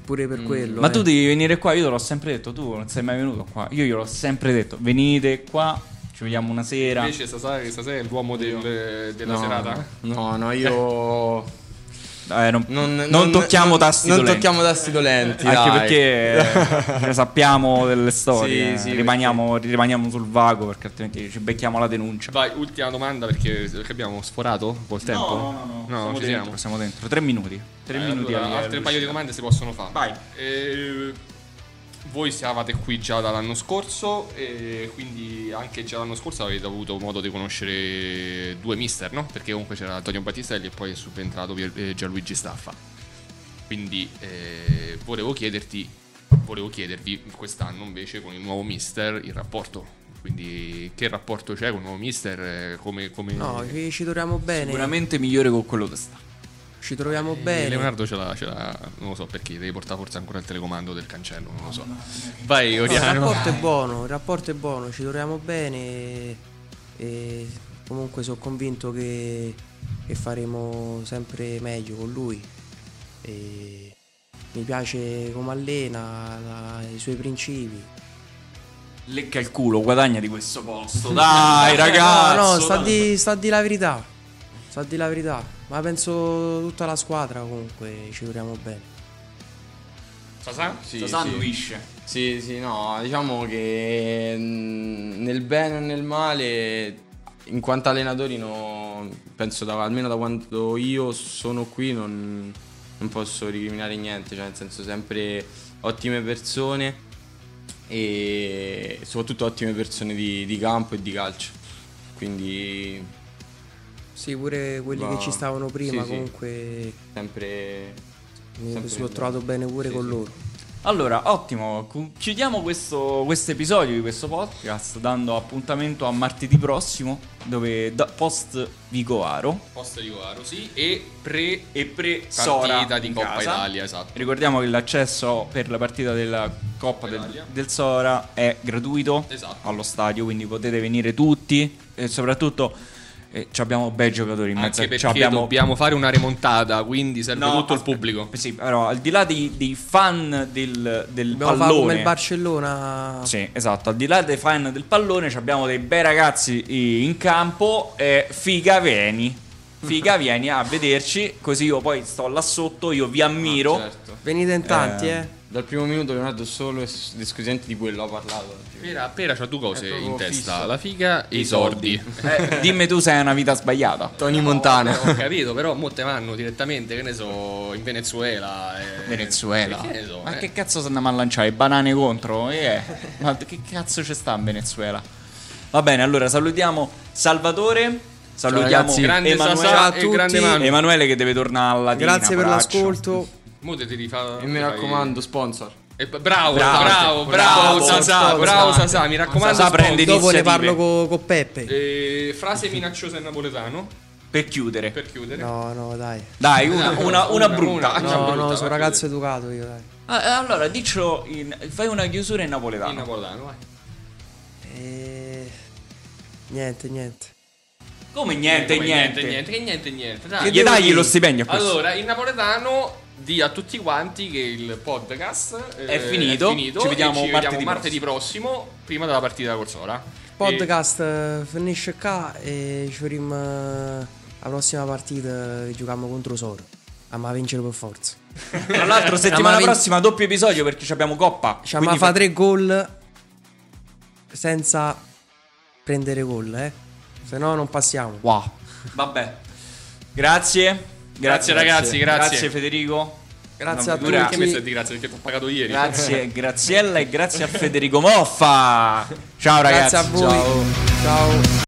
[SPEAKER 6] pure per quello.
[SPEAKER 1] Mm. Ma
[SPEAKER 6] eh.
[SPEAKER 1] tu devi venire qua, io te l'ho sempre detto, tu non sei mai venuto qua. Io gliel'ho sempre detto, venite qua, ci vediamo una sera.
[SPEAKER 2] Invece stasera, stasera è l'uomo del- della
[SPEAKER 7] No,
[SPEAKER 2] serata.
[SPEAKER 7] No, no, io...
[SPEAKER 1] Eh, non,
[SPEAKER 7] Non,
[SPEAKER 1] non
[SPEAKER 7] non-
[SPEAKER 1] tocchiamo
[SPEAKER 7] non-
[SPEAKER 1] tasti
[SPEAKER 7] Non
[SPEAKER 1] dolenti.
[SPEAKER 7] tocchiamo tasti dolenti,
[SPEAKER 1] Anche
[SPEAKER 7] dai.
[SPEAKER 1] perché eh, ce ne sappiamo delle storie.
[SPEAKER 7] Sì, sì,
[SPEAKER 1] eh. rimaniamo, rimaniamo sul vago perché altrimenti ci becchiamo la denuncia.
[SPEAKER 2] Vai, ultima domanda perché, perché abbiamo sforato col tempo.
[SPEAKER 1] siamo,
[SPEAKER 2] ci
[SPEAKER 1] dentro,
[SPEAKER 2] siamo.
[SPEAKER 1] siamo dentro. Tre minuti. Tre
[SPEAKER 2] Eh,
[SPEAKER 1] minuti.
[SPEAKER 2] allora,
[SPEAKER 1] alla-
[SPEAKER 2] altre paio di domande si possono fare. Vai. voi siavate qui già dall'anno scorso, e quindi anche già l'anno scorso avete avuto modo di conoscere due mister, no? Perché comunque c'era Antonio Battistelli e poi è subentrato Pier- eh, Gianluigi Staffa. Quindi eh, volevo chiederti, volevo chiedervi quest'anno invece con il nuovo mister il rapporto. Quindi che rapporto c'è con il nuovo mister? eh, Come, come...
[SPEAKER 6] No, ci, ci troviamo bene.
[SPEAKER 1] Sicuramente migliore con quello che sta.
[SPEAKER 6] ci troviamo
[SPEAKER 2] Eh,
[SPEAKER 6] bene.
[SPEAKER 2] Leonardo ce l'ha, ce l'ha, non lo so perché, devi portare forse ancora il telecomando del cancello, non lo so. Vai,
[SPEAKER 6] No, il
[SPEAKER 2] Oriano.
[SPEAKER 6] rapporto è buono, il rapporto è buono, ci troviamo bene e comunque sono convinto che, che faremo sempre meglio con lui. E mi piace come allena, la- i suoi principi.
[SPEAKER 1] Lecca il culo, guadagna di questo posto. Dai, ragazzo.
[SPEAKER 6] No, no, sta
[SPEAKER 1] dai.
[SPEAKER 6] di, sta di la verità. Sta di la verità. Ma penso tutta la squadra comunque ci troviamo bene.
[SPEAKER 2] Sasà?
[SPEAKER 7] Sì,
[SPEAKER 1] Sta
[SPEAKER 7] sì.
[SPEAKER 1] sandwich.
[SPEAKER 7] Sì, sì, no, diciamo che mm, nel bene o nel male, in quanto allenatori, no, penso da- almeno da quando io sono qui non, non posso ricriminare niente, cioè nel senso sempre ottime persone e soprattutto ottime persone di, di campo e di calcio. Quindi
[SPEAKER 6] Sì, pure quelli
[SPEAKER 7] Ma-
[SPEAKER 6] che ci stavano prima
[SPEAKER 7] sì, sì.
[SPEAKER 6] comunque
[SPEAKER 7] sempre...
[SPEAKER 6] mi
[SPEAKER 7] sempre
[SPEAKER 6] sono
[SPEAKER 7] bene.
[SPEAKER 6] trovato bene pure
[SPEAKER 7] Sì,
[SPEAKER 6] con
[SPEAKER 7] sì.
[SPEAKER 6] loro.
[SPEAKER 1] Allora, ottimo, cu- chiudiamo questo episodio di questo podcast dando appuntamento a martedì prossimo dove da- post Vigoaro
[SPEAKER 2] Posto di Guaro, sì, e pre
[SPEAKER 1] e pre
[SPEAKER 2] partita di Coppa Italia, esatto.
[SPEAKER 1] Ricordiamo che l'accesso per la partita della Coppa del,
[SPEAKER 2] Italia.
[SPEAKER 1] del Sora è gratuito
[SPEAKER 2] Esatto.
[SPEAKER 1] allo stadio, quindi potete venire tutti e soprattutto eh, ci abbiamo bei giocatori in mezzo.
[SPEAKER 2] Anche perché
[SPEAKER 1] ci abbiamo-
[SPEAKER 2] dobbiamo fare una remontata, quindi serve
[SPEAKER 1] No,
[SPEAKER 2] tutto il
[SPEAKER 1] aspe-
[SPEAKER 2] pubblico.
[SPEAKER 1] Sì, però al di là dei, dei fan del, del
[SPEAKER 6] Dobbiamo fare come
[SPEAKER 1] pallone,
[SPEAKER 6] il Barcellona
[SPEAKER 1] Sì, esatto. Al di là dei fan del pallone, ci abbiamo dei bei ragazzi eh, in campo. eh, figa, vieni. Figa, vieni a vederci. Così io poi sto là sotto, io vi ammiro.
[SPEAKER 7] Ah, certo.
[SPEAKER 6] Venite in tanti,
[SPEAKER 1] Eh,
[SPEAKER 6] eh.
[SPEAKER 7] Dal primo minuto Leonardo solo e s- esclusivamente di quello ha parlato. oggi.
[SPEAKER 2] Pera, Pera c'ha due cose
[SPEAKER 7] È proprio
[SPEAKER 2] in testa,
[SPEAKER 7] fisso.
[SPEAKER 2] la figa e i soldi. certo.
[SPEAKER 1] Eh, dimmi tu se è una vita sbagliata.
[SPEAKER 7] Tony
[SPEAKER 1] Ah,
[SPEAKER 7] Montana.
[SPEAKER 2] Ho capito, però molte vanno direttamente, che ne so, in Venezuela. eh.
[SPEAKER 1] Venezuela.
[SPEAKER 2] Che ne so,
[SPEAKER 1] Ma
[SPEAKER 2] eh.
[SPEAKER 1] che cazzo se andiamo a lanciare? Banane contro? Eh, ma che cazzo ci sta in Venezuela? Va bene, allora salutiamo Salvatore. Salutiamo
[SPEAKER 7] ragazzi.
[SPEAKER 2] Grande
[SPEAKER 1] Emanuele,
[SPEAKER 2] Sasà
[SPEAKER 1] a
[SPEAKER 2] e
[SPEAKER 1] tutti.
[SPEAKER 2] grande Manu.
[SPEAKER 1] Emanuele che deve tornare alla Latina,
[SPEAKER 6] Grazie per
[SPEAKER 1] poraccio.
[SPEAKER 6] l'ascolto.
[SPEAKER 2] Mo te ti rifà-
[SPEAKER 7] E mi
[SPEAKER 2] fai-
[SPEAKER 7] raccomando, sponsor.
[SPEAKER 2] Eh, b- bravo,
[SPEAKER 1] Bravo,
[SPEAKER 2] bravo, bravo,
[SPEAKER 1] bravo,
[SPEAKER 2] Sasà,
[SPEAKER 1] sponsor.
[SPEAKER 2] bravo Sasà, mi raccomando.
[SPEAKER 1] Sasà prende
[SPEAKER 2] sponsor.
[SPEAKER 6] Dopo ne
[SPEAKER 1] Iniziative.
[SPEAKER 6] parlo co- con Peppe.
[SPEAKER 2] Eh, frase minacciosa in napoletano
[SPEAKER 1] Per chiudere.
[SPEAKER 2] per chiudere.
[SPEAKER 6] No, no, dai.
[SPEAKER 1] Dai, una, una, una brutta.
[SPEAKER 2] una.
[SPEAKER 1] Ah,
[SPEAKER 6] No,
[SPEAKER 2] brutta,
[SPEAKER 6] no,
[SPEAKER 2] va,
[SPEAKER 6] sono
[SPEAKER 2] chiudi.
[SPEAKER 6] ragazzo educato io, dai.
[SPEAKER 1] ah, allora, diccelo in- fai una chiusura in napoletano.
[SPEAKER 2] In napoletano, vai.
[SPEAKER 6] E... Eh, Niente, niente.
[SPEAKER 1] Come niente,
[SPEAKER 2] Come
[SPEAKER 1] niente,
[SPEAKER 2] niente, che niente, niente. Dai.
[SPEAKER 1] Gli Che devo dagli dire? lo stipendio a questo.
[SPEAKER 2] Allora, in napoletano di a tutti quanti che il podcast eh,
[SPEAKER 1] È finito.
[SPEAKER 2] Ci
[SPEAKER 1] Ci
[SPEAKER 2] vediamo,
[SPEAKER 1] vediamo martedì
[SPEAKER 2] ci vediamo martedì prossimo. prima della partita col Sora.
[SPEAKER 6] Podcast eh, finisce qua e ci vediamo eh, alla prossima partita che giochiamo contro Soro. Ah, Ma vincere per forza.
[SPEAKER 1] Tra l'altro, settimana
[SPEAKER 6] Ma vin-
[SPEAKER 1] prossima doppio episodio perché ci abbiamo coppa.
[SPEAKER 6] Cioè, ma
[SPEAKER 1] Quindi
[SPEAKER 6] fa tre gol senza prendere gol, eh. Se no non passiamo.
[SPEAKER 1] Wow. Vabbè. Grazie.
[SPEAKER 2] Grazie, ragazzi, grazie.
[SPEAKER 1] Grazie Federico.
[SPEAKER 6] Grazie
[SPEAKER 1] Una
[SPEAKER 6] a
[SPEAKER 1] figura-
[SPEAKER 2] Perché mi stai di grazie perché ti ho pagato ieri.
[SPEAKER 1] Grazie Graziella e grazie a Federico Moffa. Ciao ragazzi.
[SPEAKER 6] Grazie a voi.
[SPEAKER 1] Ciao.
[SPEAKER 6] Ciao.